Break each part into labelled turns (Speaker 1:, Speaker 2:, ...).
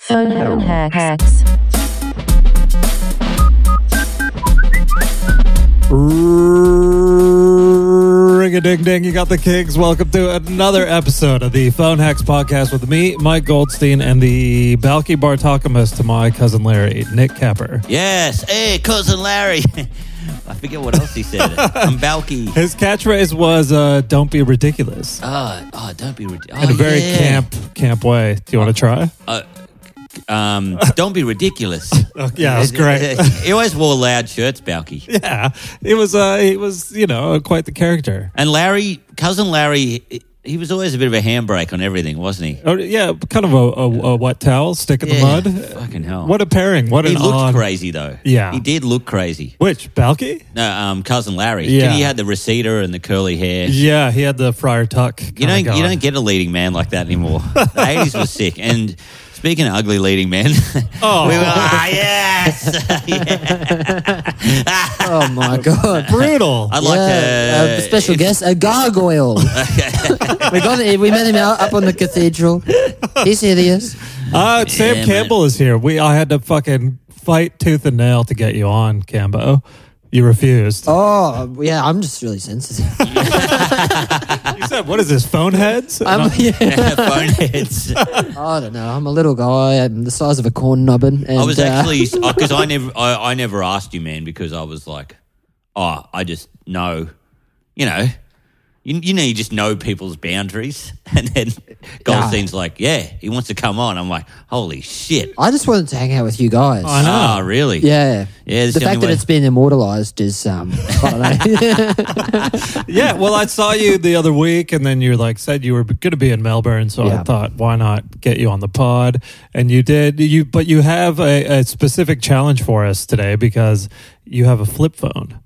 Speaker 1: Phone hacks.
Speaker 2: Ring a ding ding, you got the kings. Welcome to another episode of the Phone Hacks Podcast with me, Mike Goldstein, and the Balky Bartokamus to my cousin Larry, Nick Capper.
Speaker 3: Yes. Hey, cousin Larry. I forget what else he said. I'm Balky.
Speaker 2: His catchphrase was uh, "Don't be ridiculous"
Speaker 3: Oh, oh, don't be ridiculous.
Speaker 2: in a very camp camp way. Do you want to try?
Speaker 3: Um, don't be ridiculous.
Speaker 2: Oh, yeah, that was great.
Speaker 3: he always wore loud shirts, Balky.
Speaker 2: yeah, it was. Uh, it was you know quite the character.
Speaker 3: And Larry, cousin Larry, he- he was always a bit of a handbrake on everything, wasn't he?
Speaker 2: Oh, yeah, kind of a, a, a wet towel, stick in
Speaker 3: Yeah,
Speaker 2: the mud.
Speaker 3: fucking hell.
Speaker 2: What a pairing! What
Speaker 3: He
Speaker 2: an
Speaker 3: looked
Speaker 2: odd.
Speaker 3: crazy though.
Speaker 2: Yeah.
Speaker 3: he did look crazy.
Speaker 2: Which Balky?
Speaker 3: No, um, cousin Larry.
Speaker 2: Yeah.
Speaker 3: he had the receder and the curly hair.
Speaker 2: Yeah, he had the friar tuck.
Speaker 3: You don't
Speaker 2: kinda
Speaker 3: you
Speaker 2: going.
Speaker 3: don't get a leading man like that anymore. the eighties was sick. And speaking of ugly leading men,
Speaker 2: Oh.
Speaker 3: we were ah yes. Yeah.
Speaker 4: Oh my god.
Speaker 2: brutal.
Speaker 3: I'd like
Speaker 2: uh,
Speaker 4: Yeah,
Speaker 3: to
Speaker 4: a special
Speaker 3: if-
Speaker 4: guest, a gargoyle. we got it. We met him out up on the cathedral. He's hideous.
Speaker 2: Uh, Sam
Speaker 3: man.
Speaker 2: Campbell is here. We I had to fucking fight tooth and nail to get you on, Cambo. You refused.
Speaker 4: Oh yeah, I'm just really sensitive.
Speaker 2: You said, "What is this? Phone heads?" And
Speaker 4: I'm,
Speaker 2: I-
Speaker 4: yeah,
Speaker 3: Boneheads.
Speaker 4: I don't know. I'm a little guy. I'm the size of a corn nubbin. And,
Speaker 3: I was
Speaker 4: uh,
Speaker 3: actually because I never I, I never asked you, man, because I was like, oh, I just know, you know, you, you know, you just know people's boundaries, and then Goldstein's like, yeah, he wants to come on. I'm like, holy shit,
Speaker 4: I just wanted to hang out with you guys.
Speaker 2: I know.
Speaker 3: ah, really?
Speaker 4: yeah.
Speaker 3: Yeah, it's
Speaker 4: the
Speaker 3: the
Speaker 4: fact
Speaker 3: only
Speaker 4: that
Speaker 3: way-
Speaker 4: it's been immortalized is um, I don't know.
Speaker 2: yeah. Well, I saw you the other week, and then you like said you were going to be in Melbourne, so I
Speaker 4: Yeah.
Speaker 2: thought, why not get you on the pod? And you did. You but you have a, a specific challenge for us today because you have a flip phone.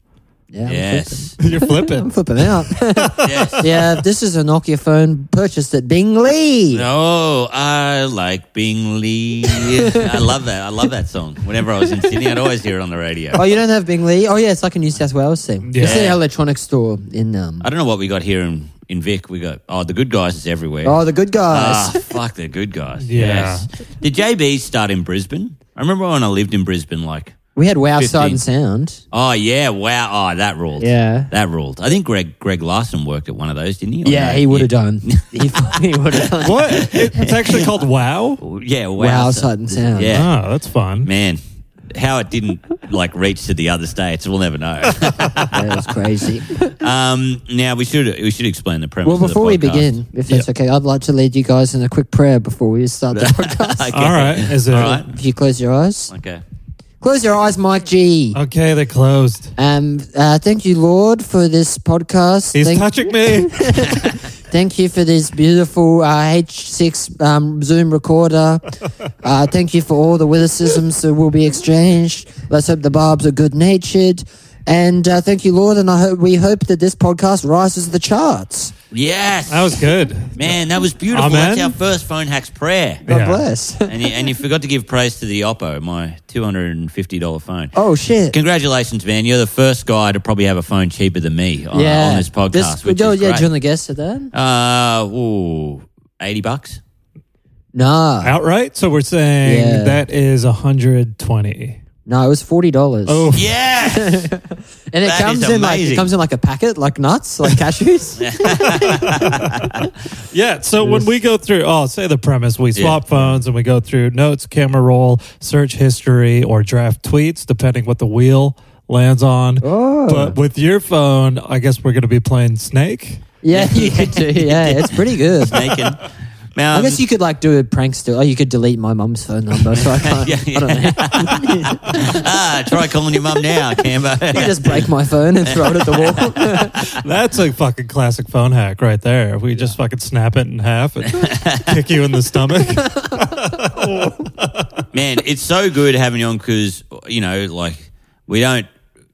Speaker 4: yeah, I'm flipping.
Speaker 3: Yes.
Speaker 2: You're flipping.
Speaker 4: I'm flipping out.
Speaker 3: yes.
Speaker 4: yeah, this is a Nokia phone purchased at Bingley.
Speaker 3: No, I like Bingley. I love that. I love that song. Whenever I was in Sydney, I'd always hear it on the radio.
Speaker 4: Oh, you don't have Bingley? Oh, yeah, it's like a New South Wales thing. It's
Speaker 2: Yeah.
Speaker 4: an electronics store in. Um,
Speaker 3: I don't know what we got here in, in Vic. We got oh, the good guys is everywhere.
Speaker 4: oh, the good
Speaker 3: ah,
Speaker 4: guys.
Speaker 3: fuck the good guys.
Speaker 2: Yeah.
Speaker 3: Yes. Did JBs start in Brisbane? I remember when I lived in Brisbane. Like,
Speaker 4: we had Wow
Speaker 3: 15.
Speaker 4: Sight and Sound.
Speaker 3: oh yeah, wow, oh that ruled.
Speaker 4: Yeah.
Speaker 3: that ruled. I think Greg Greg Larson worked at one of those, didn't he? Or
Speaker 4: Yeah,
Speaker 3: Oh, no?
Speaker 4: he would have done. he he would have done.
Speaker 2: what? It's actually called Wow.
Speaker 3: Yeah, wow,
Speaker 4: Wow
Speaker 3: so-
Speaker 4: Sight and Sound.
Speaker 3: Yeah.
Speaker 2: Ah, that's fun.
Speaker 3: man. How it didn't like reach to the other states, we'll never know.
Speaker 4: That was crazy.
Speaker 3: Um, now we should we should explain the premise.
Speaker 4: well,
Speaker 3: of the
Speaker 4: before we
Speaker 3: podcast.
Speaker 4: begin, if that's okay, I'd like to lead you guys in a quick prayer before we start the podcast.
Speaker 3: Okay.
Speaker 2: All right. Is there?
Speaker 3: All right.
Speaker 4: If you close your eyes,
Speaker 3: Okay.
Speaker 4: close your eyes, Mike G.
Speaker 2: Okay, they closed.
Speaker 4: Um, uh, thank you, Lord, for this podcast.
Speaker 2: He's
Speaker 4: thank,
Speaker 2: touching me.
Speaker 4: Thank you for this beautiful uh, H6 um, Zoom recorder. uh, thank you for all the witticisms that will be exchanged. Let's hope the barbs are good natured. And uh, thank you, Lord. And I hope we hope that this podcast rises the charts.
Speaker 3: Yes.
Speaker 2: That was good.
Speaker 3: man. That was beautiful.
Speaker 2: Amen.
Speaker 3: That's our first phone hacks prayer.
Speaker 4: God
Speaker 2: Yeah.
Speaker 4: bless.
Speaker 3: and you, and you forgot to give praise to the Oppo, my two hundred and fifty dollar phone.
Speaker 4: oh shit!
Speaker 3: Congratulations, man! You're the first guy to probably have a phone cheaper than me on, on this podcast, which
Speaker 4: oh,
Speaker 3: is
Speaker 4: yeah,
Speaker 3: great.
Speaker 4: do you want to guess at that?
Speaker 3: uh, ooh, eighty bucks.
Speaker 4: No,
Speaker 2: Outright. So we're saying
Speaker 4: Yeah.
Speaker 2: that is 120.
Speaker 4: no, it was forty dollars.
Speaker 2: Oh,
Speaker 3: Yes.
Speaker 4: and it
Speaker 3: that
Speaker 4: comes
Speaker 3: is
Speaker 4: in like
Speaker 3: amazing.
Speaker 4: it comes in like a packet, like nuts, like cashews.
Speaker 2: yeah. So when we go through, oh, say the premise, we swap phones and we go through notes, camera roll, search history, or draft tweets, depending what the wheel lands on.
Speaker 4: Oh.
Speaker 2: But with your phone, I guess we're going to be playing Snake.
Speaker 4: yeah, you could do. Yeah, it's pretty good.
Speaker 3: Making. Now,
Speaker 4: I guess you could like do a prank still. Oh, you could delete my mum's phone number. So I can't.
Speaker 3: Yeah, yeah.
Speaker 4: I don't know.
Speaker 3: ah, try calling your mum now, Cambo.
Speaker 4: You just break my phone and throw it at the wall.
Speaker 2: That's a fucking classic phone hack right there. We just fucking snap it in half and kick you in the stomach.
Speaker 3: Man, it's so good having you on because you know, like we don't,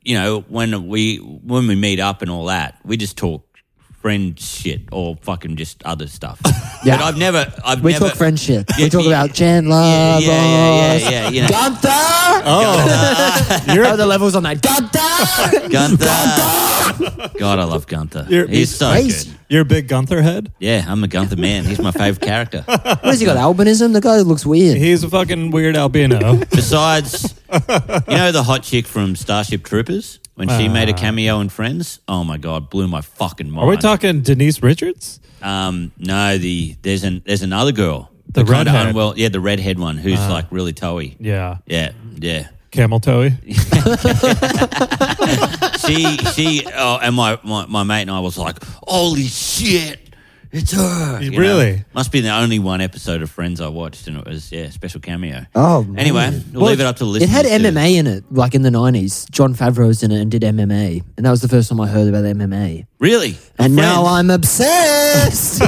Speaker 3: you know, when we when we meet up and all that, we just talk friend shit or fucking just other stuff.
Speaker 4: Yeah.
Speaker 3: but I've never, I've
Speaker 4: We
Speaker 3: never,
Speaker 4: talk friendship.
Speaker 3: Yeah,
Speaker 4: we talk
Speaker 3: yeah,
Speaker 4: about Chandler,
Speaker 3: yeah, yeah, yeah,
Speaker 4: boss,
Speaker 3: yeah, yeah, you know.
Speaker 4: Gunther.
Speaker 2: Oh,
Speaker 4: You're at the levels on that. Gunther.
Speaker 3: Gunther. God, I love Gunther.
Speaker 2: You're-
Speaker 3: he's so
Speaker 4: Crazy.
Speaker 3: good.
Speaker 2: You're a big Gunther head.
Speaker 3: Yeah, I'm a Gunther man. He's my favourite character.
Speaker 4: What has he got? Albinism? The guy looks weird.
Speaker 2: He's a fucking weird albino.
Speaker 3: Besides, you know the hot chick from Starship Troopers when she made a cameo in Friends. Oh my god, blew my fucking
Speaker 2: Ah.
Speaker 3: mind.
Speaker 2: Are we talking Denise Richards?
Speaker 3: Um, no, the there's an there's another girl.
Speaker 2: The
Speaker 3: kinda
Speaker 2: redhead. Ah.
Speaker 3: unwell- yeah, the redhead one who's like really toey.
Speaker 2: Yeah.
Speaker 3: Yeah, yeah.
Speaker 2: Camel Toey.
Speaker 3: She she oh, and my, my my mate and I was like, holy shit. It's her. you know?
Speaker 2: Really?
Speaker 3: Must be the only one episode of Friends I watched, and it was yeah, special cameo.
Speaker 4: Oh, man.
Speaker 3: anyway, we'll, leave it up to the
Speaker 4: It
Speaker 3: listeners.
Speaker 4: had
Speaker 3: to-
Speaker 4: MMA in it, like in the 90s. John Favreau's in it and did MMA. And that was the first time I heard about MMA.
Speaker 3: Really?
Speaker 4: And now
Speaker 3: Friends?
Speaker 4: I'm obsessed.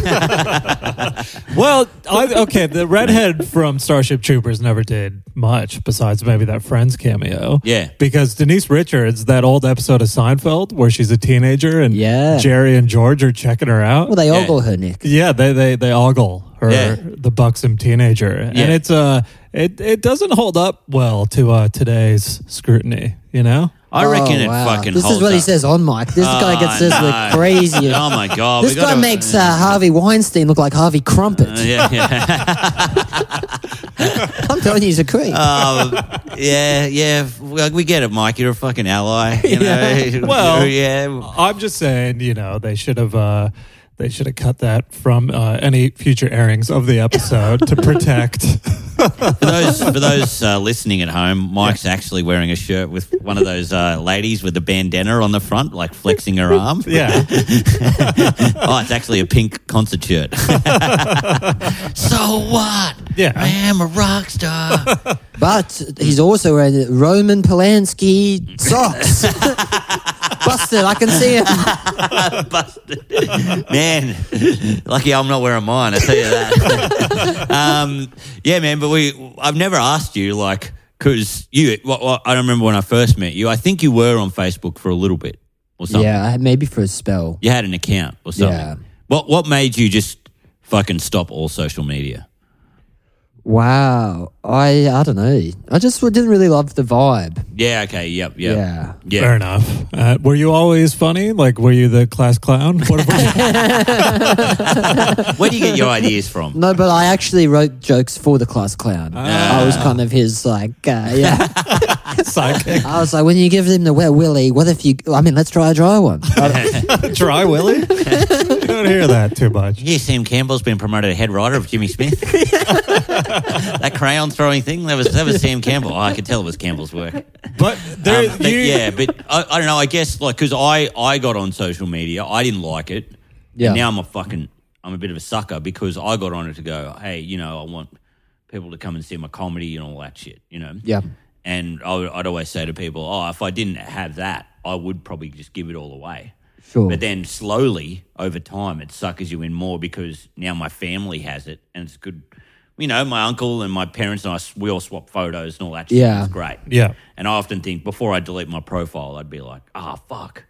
Speaker 2: Well, I, okay, the redhead from Starship Troopers never did much besides maybe that Friends cameo.
Speaker 3: Yeah.
Speaker 2: Because Denise Richards, that old episode of Seinfeld where she's a teenager and
Speaker 4: Yeah.
Speaker 2: Jerry and George are checking her out.
Speaker 4: well, they
Speaker 3: Yeah.
Speaker 4: ogle her, Nick.
Speaker 2: yeah, they they they ogle her
Speaker 3: Yeah.
Speaker 2: the buxom teenager.
Speaker 3: Yeah.
Speaker 2: And it's uh it it doesn't hold up well to uh today's scrutiny, you know?
Speaker 3: I reckon
Speaker 4: Oh,
Speaker 3: it
Speaker 4: wow.
Speaker 3: fucking
Speaker 4: This
Speaker 3: holds
Speaker 4: is what he
Speaker 3: up. Oh,
Speaker 4: says on mic. This guy gets says
Speaker 3: no.
Speaker 4: the craziest.
Speaker 3: Oh my god!
Speaker 4: this
Speaker 3: we gotta-
Speaker 4: guy makes uh, Harvey Weinstein look like Harvey Crumpet.
Speaker 3: Uh, yeah, yeah,
Speaker 4: I'm telling you, he's a creep.
Speaker 3: um, yeah, yeah. We we get it, Mike. You're a fucking ally. You know?
Speaker 2: Yeah. Well-
Speaker 3: yeah.
Speaker 2: I'm just saying, you know, they should have uh they should have cut that from uh, any future airings of the episode to protect
Speaker 3: For those for those uh, listening at home, Mike's actually wearing a shirt with one of those uh, ladies with a bandana on the front, like flexing her arm.
Speaker 2: Yeah.
Speaker 3: oh, it's actually a pink concert shirt. so what?
Speaker 2: Yeah.
Speaker 3: I am a rock star.
Speaker 4: But he's also wearing Roman Polanski socks. Busted, I can see him.
Speaker 3: busted. man, lucky I'm not wearing mine. I tell you that. um, yeah, man. But we, I've never asked you like because you. Well, well, I don't remember when I first met you. I think you were on Facebook for a little bit or something.
Speaker 4: Yeah, I- maybe for a spell.
Speaker 3: You had an account or something.
Speaker 4: Yeah.
Speaker 3: What What made you just fucking stop all social media?
Speaker 4: Wow. I I don't know. I just didn't really love the vibe.
Speaker 3: Yeah. Okay. Yep. Yep.
Speaker 4: Yeah.
Speaker 3: Yeah.
Speaker 2: Fair enough. Uh, were you always funny? Like, were you the class clown? What about-
Speaker 3: Where do you get your ideas from?
Speaker 4: No, but I actually wrote jokes for the class clown.
Speaker 3: Ah.
Speaker 4: I was kind of his like, uh, yeah.
Speaker 2: sidekick?
Speaker 4: I was like, when you give them the wet willy, what if you? I mean, let's try a dry one.
Speaker 2: Dry Willie? you don't hear that too much.
Speaker 3: Yeah, Sam Campbell's been promoted to head writer of Jimmy Smith. that crayon throwing thing, that was that was Sam Campbell. Oh, I could tell it was Campbell's work.
Speaker 2: But there,
Speaker 3: Um, but
Speaker 2: you,
Speaker 3: yeah, but I, I don't know. I guess like because I I got on social media, I didn't like it.
Speaker 4: Yeah.
Speaker 3: And now I'm a fucking I'm a bit of a sucker because I got on it to go, hey, you know, I want people to come and see my comedy and all that shit, you know.
Speaker 4: Yeah.
Speaker 3: And I would, I'd always say to people, oh, if I didn't have that, I would probably just give it all away.
Speaker 4: Sure.
Speaker 3: But then slowly over time, it suckers you in more because now my family has it and it's good. You know, my uncle and my parents and I, s- we all swap photos and all that shit.
Speaker 4: Yeah.
Speaker 3: It's great.
Speaker 2: Yeah.
Speaker 3: And I often think before I delete my profile, I'd be like, ah, fuck.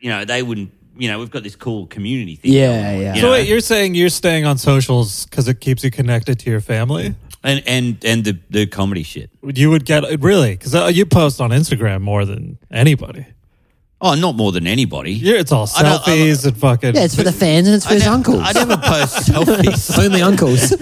Speaker 3: You know, they wouldn't, you know, we've got this cool community thing.
Speaker 4: Yeah,
Speaker 3: going on,
Speaker 4: yeah.
Speaker 3: you
Speaker 2: So
Speaker 3: know?
Speaker 2: wait, you're saying you're staying on socials because it keeps you connected to your family?
Speaker 3: and, and, and the, the comedy shit.
Speaker 2: You would get really because you post on Instagram more than anybody.
Speaker 3: Oh, not more than anybody.
Speaker 2: You're, it's all
Speaker 3: I don't- I don't-
Speaker 2: selfies and fucking.
Speaker 4: yeah, it's for the fans and it's for
Speaker 3: I
Speaker 4: his
Speaker 3: nev-
Speaker 4: uncles.
Speaker 3: I never post selfies.
Speaker 4: Only uncles.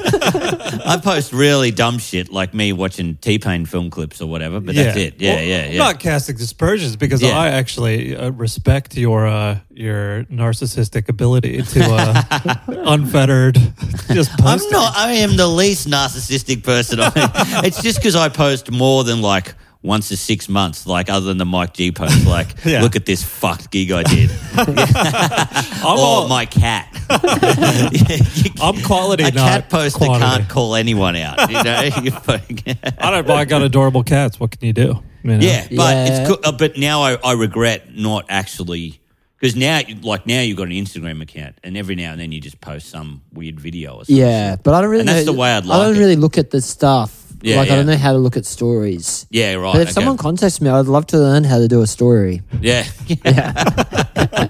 Speaker 3: I post really dumb shit like me watching T Pain film clips or whatever, but that's it. Yeah,
Speaker 2: Well,
Speaker 3: yeah,
Speaker 2: I'm
Speaker 3: yeah.
Speaker 2: Not casting dispersions because
Speaker 3: Yeah.
Speaker 2: I actually uh, respect your uh, your narcissistic ability to uh, unfettered just
Speaker 3: I'm
Speaker 2: post. it.
Speaker 3: not. I am the least narcissistic person. I it's just because I post more than like once a six months, like other than the Mike G post, like
Speaker 2: Yeah.
Speaker 3: look at this fucked gig I did,
Speaker 2: I'm,
Speaker 3: or
Speaker 2: all,
Speaker 3: my cat. You ca-
Speaker 2: I'm quality.
Speaker 3: a
Speaker 2: not
Speaker 3: cat poster
Speaker 2: quantity.
Speaker 3: can't call anyone out. You know, You fucking-
Speaker 2: I don't. I got adorable cats. What can you do? You know?
Speaker 3: yeah, but
Speaker 4: Yeah.
Speaker 3: it's cool. Uh, but now I, I regret not actually because now like now you've got an Instagram account, and every now and then you just post some weird video or something.
Speaker 4: yeah, but I don't really.
Speaker 3: And that's
Speaker 4: know,
Speaker 3: the way I'd
Speaker 4: I
Speaker 3: like
Speaker 4: don't
Speaker 3: it.
Speaker 4: really look at the stuff.
Speaker 3: Yeah,
Speaker 4: like I don't
Speaker 3: yeah.
Speaker 4: know how to look at stories.
Speaker 3: yeah, right.
Speaker 4: But if
Speaker 3: okay.
Speaker 4: someone contacts me, I'd love to learn how to do a story.
Speaker 3: Yeah.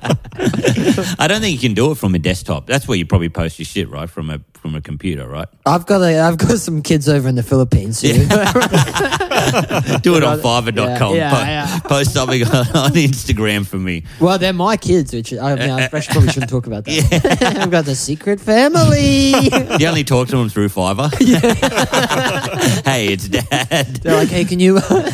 Speaker 3: I don't think you can do it from a desktop. That's where you probably post your shit, right? From a from a computer, right?
Speaker 4: I've got a, I've got some kids over in the Philippines. Who,
Speaker 3: Do it on fiverr.com.
Speaker 4: Yeah,
Speaker 3: Po-
Speaker 4: yeah.
Speaker 3: Post something on, on Instagram for me.
Speaker 4: Well, they're my kids, which I, mean,
Speaker 3: Uh,
Speaker 4: I probably shouldn't talk about that. I've got the secret family.
Speaker 3: You only talk to them through Fiverr. hey, it's dad.
Speaker 4: they're like, hey, can you, can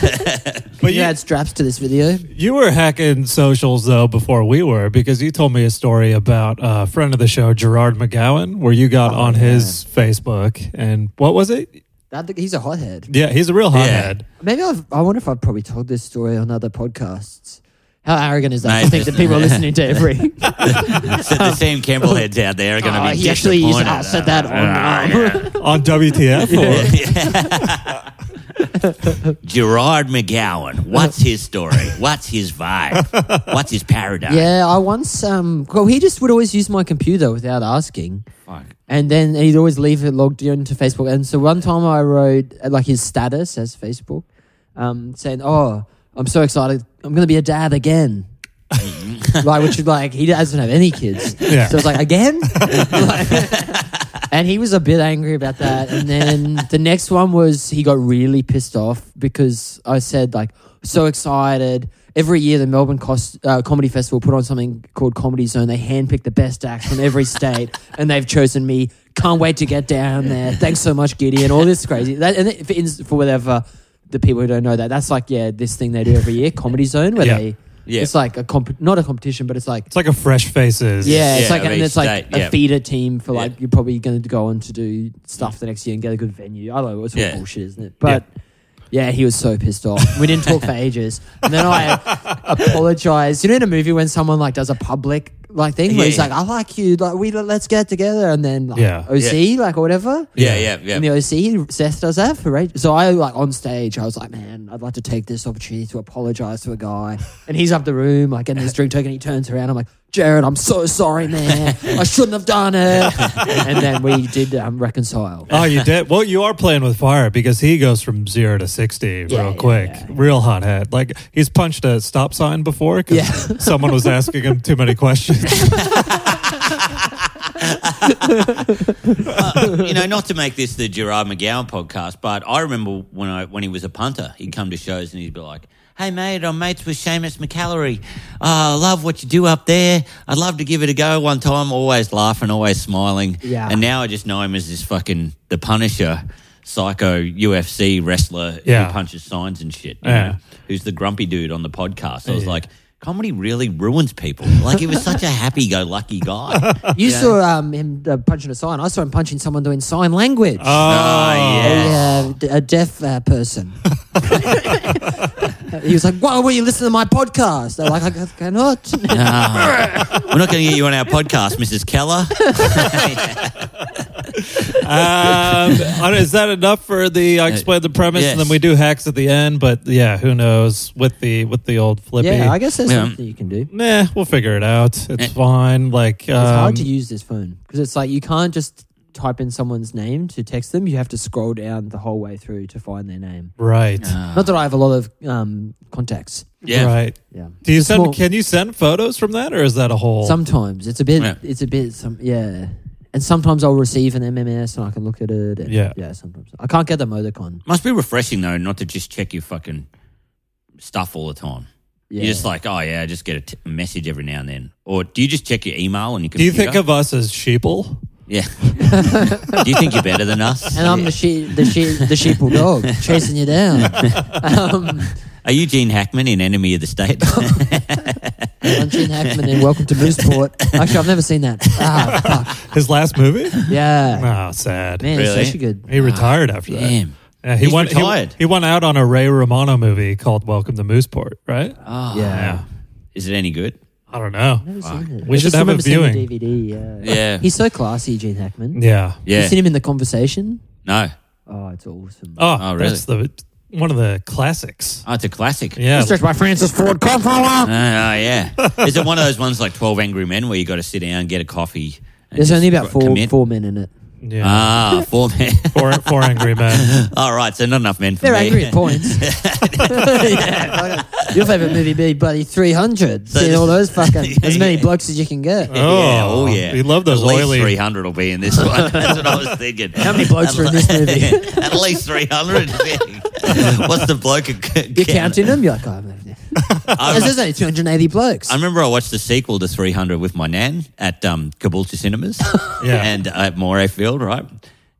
Speaker 2: But
Speaker 4: you
Speaker 2: you,
Speaker 4: add straps to this video?
Speaker 2: you were hacking socials though before we were because you told me a story about a friend of the show, Gerard McGowan, where you got
Speaker 3: Oh,
Speaker 2: on his Facebook and what was it?
Speaker 4: I think he's a hothead.
Speaker 2: Yeah, he's a real hothead.
Speaker 4: Maybe I've, I wonder if I've probably told this story on other podcasts. How arrogant is that? I
Speaker 3: Mate,
Speaker 4: think that
Speaker 3: just-
Speaker 4: people are listening to every.
Speaker 3: So the Sam Campbell heads out there are going to
Speaker 4: Oh,
Speaker 3: be
Speaker 4: he actually used
Speaker 3: disappointed.
Speaker 4: us at that.
Speaker 3: Ah,
Speaker 4: on,
Speaker 2: On
Speaker 4: um,
Speaker 2: WTF? Or,
Speaker 3: Gerard McGowan. What's his story? What's his vibe? What's his paradigm?
Speaker 4: yeah, I once. Um, well, he just would always use my computer without asking.
Speaker 3: Fuck.
Speaker 4: And then he'd always leave it logged into Facebook. And so one time I wrote uh, like his status as Facebook, um, saying, "Oh, I'm so excited! I'm going to be a dad again." like, which is like he doesn't have any kids,
Speaker 2: Yeah.
Speaker 4: so it's like again. Like- and he was a bit angry about that. And then the next one was he got really pissed off because I said like so excited. Every year, the Melbourne Cos uh, Comedy Festival put on something called Comedy Zone. They handpick the best acts from every state, and they've chosen me. Can't wait to get down there. Thanks so much, Gideon. All this crazy. That, and it, for, ins- for whatever the people who don't know that, that's like yeah, this thing they do every year, Comedy Zone, where
Speaker 2: Yeah.
Speaker 4: they
Speaker 3: Yeah.
Speaker 4: it's like a comp- not a competition, but it's like
Speaker 2: it's like a fresh faces.
Speaker 4: yeah,
Speaker 3: Yeah,
Speaker 4: it's like
Speaker 3: of
Speaker 4: and
Speaker 3: each
Speaker 4: it's like
Speaker 3: state, yeah.
Speaker 4: a feeder team for like
Speaker 3: Yeah.
Speaker 4: you're probably going to go on to do stuff the next year and get a good venue. I don't know, it's all
Speaker 3: Yeah.
Speaker 4: bullshit, isn't it? But yeah. he was so pissed off. We didn't talk for ages, and then I apologized. You know, in a movie when someone like does a public like thing where he's
Speaker 3: Yeah.
Speaker 4: like, "I like you, like we let's get together," and then like,
Speaker 2: Yeah.
Speaker 4: OC like or whatever.
Speaker 3: Yeah, yeah, yeah.
Speaker 4: In the OC, Seth does that for ages. So I like on stage, I was like, man, I'd like to take this opportunity to apologize to a guy. And he's up the room, like getting his drink token. He turns around. I'm like, Jared, I'm so sorry, man. I shouldn't have done it. and then we did um, reconcile.
Speaker 2: Oh, you did? Well, you are playing with fire because he goes from zero to 60
Speaker 4: Yeah,
Speaker 2: real
Speaker 4: yeah,
Speaker 2: quick.
Speaker 4: yeah.
Speaker 2: Real hothead. Like, he's punched a stop sign before because
Speaker 4: Yeah.
Speaker 2: someone was asking him too many questions.
Speaker 3: you know, not to make this the Gerard McGowan podcast, but I remember when I when he was a punter, he'd come to shows and he'd be like, "Hey mate, I'm mates with Seamus McCallery. Oh, I love what you do up there. I'd love to give it a go one time. Always laughing, always smiling.
Speaker 4: Yeah.
Speaker 3: And now I just know him as this fucking the Punisher, psycho UFC wrestler
Speaker 2: Yeah.
Speaker 3: who punches signs and shit. you
Speaker 2: Yeah.
Speaker 3: know, who's the grumpy dude on the podcast? I was like. Comedy really ruins people. Like he was such a happy-go-lucky guy.
Speaker 4: You saw um, him uh, punching a sign. I saw him punching someone doing sign language.
Speaker 3: Oh,
Speaker 4: a,
Speaker 3: yes.
Speaker 4: uh, d- a deaf uh, person. he was like, "Why will you listen to my podcast?" They're like, "I cannot."
Speaker 3: We're not going to get you on our podcast, Mrs. Keller.
Speaker 2: um, I don't- is that enough for the?
Speaker 4: Uh,
Speaker 2: I explained the premise, and then
Speaker 3: yes.
Speaker 2: we do hacks at the end. But yeah, who knows with the with the old flippy?
Speaker 4: yeah, I guess there's
Speaker 3: Yeah.
Speaker 4: something you can do.
Speaker 2: Nah, we'll figure it out. It's fine. Like, um,
Speaker 4: It's hard to use this phone because it's like you can't just type in someone's name to text them. You have to scroll down the whole way through to find their name.
Speaker 2: right,
Speaker 4: Not that I have a lot of um, contacts.
Speaker 3: Yeah.
Speaker 2: right.
Speaker 4: Yeah.
Speaker 2: Do you
Speaker 4: It's a
Speaker 2: send?
Speaker 4: small-
Speaker 2: Can you send photos from that, or is that a whole?
Speaker 4: Sometimes it's a bit.
Speaker 3: Yeah.
Speaker 4: It's a bit. Some yeah. And sometimes I'll receive an MMS and I can look at it. And
Speaker 2: Yeah.
Speaker 4: Yeah. Sometimes I can't get the emoticon.
Speaker 3: Must be refreshing, though, not to just check your fucking stuff all the time.
Speaker 4: Yeah.
Speaker 3: You're just like, oh, yeah, I just get a t- message every now and then. Or do you just check your email and your
Speaker 2: do you
Speaker 3: computer?
Speaker 2: think of us as sheeple?
Speaker 3: Yeah. do you think you're better than us?
Speaker 4: and I'm the sheep, the sheep, the sheeple dog chasing you down. Um,
Speaker 3: Are you Gene Hackman in Enemy of the State?
Speaker 4: Oh, I'm Gene Hackman and welcome to Mooseport. Actually, I've never seen that. Ah, fuck.
Speaker 2: His last movie?
Speaker 4: Yeah.
Speaker 2: Ah, sad.
Speaker 4: Man,
Speaker 3: Really?
Speaker 4: it's such a good.
Speaker 2: He retired after
Speaker 3: damn.
Speaker 2: that. Yeah, he
Speaker 3: He's
Speaker 2: went. he-
Speaker 3: retired.
Speaker 2: He, went out on a Ray Romano movie called Welcome to Mooseport, right?
Speaker 3: Oh,
Speaker 4: Yeah.
Speaker 3: Is it any good?
Speaker 2: I don't know. We
Speaker 4: I
Speaker 2: should
Speaker 4: just
Speaker 2: have a
Speaker 4: remember seeing the
Speaker 2: viewing.
Speaker 4: DVD, yeah.
Speaker 3: Yeah.
Speaker 4: He's so classy, Gene Hackman.
Speaker 2: Yeah.
Speaker 3: Yeah.
Speaker 4: You seen him in the conversation?
Speaker 3: No.
Speaker 4: Oh, it's awesome.
Speaker 2: Oh,
Speaker 3: Oh, really?
Speaker 2: that's the one of the classics.
Speaker 3: Oh, it's a classic.
Speaker 2: Yeah.
Speaker 4: Stretched by Francis Ford Coppola.
Speaker 3: Oh, oh, yeah. Is it one of those ones like 12 Angry Men where you got to sit down, get a coffee? and
Speaker 4: There's
Speaker 3: just
Speaker 4: only about
Speaker 3: co-
Speaker 4: four
Speaker 3: commit?
Speaker 4: four men in it.
Speaker 2: Yeah.
Speaker 3: Ah, four men.
Speaker 2: four, four angry men.
Speaker 3: All right, so not enough men for
Speaker 4: They're
Speaker 3: me.
Speaker 4: angry at points. Yeah, fucking- Your favorite movie be bloody 300.
Speaker 3: So
Speaker 4: Seeing
Speaker 3: this-
Speaker 4: all those fucking as many
Speaker 3: Yeah.
Speaker 4: blokes as you can get.
Speaker 3: Yeah, oh yeah.
Speaker 2: We love those
Speaker 3: At least
Speaker 2: oily.
Speaker 3: 300 will be in this one. That's what I was thinking. How
Speaker 4: many blokes are in this movie?
Speaker 3: At least 300. What's the bloke?
Speaker 4: You're counting them. You're like, oh, man. there's only 280 blokes.
Speaker 3: I remember I watched the sequel to 300 with my nan at um, Caboolture Cinemas
Speaker 2: Yeah.
Speaker 3: and at Moray Field, right?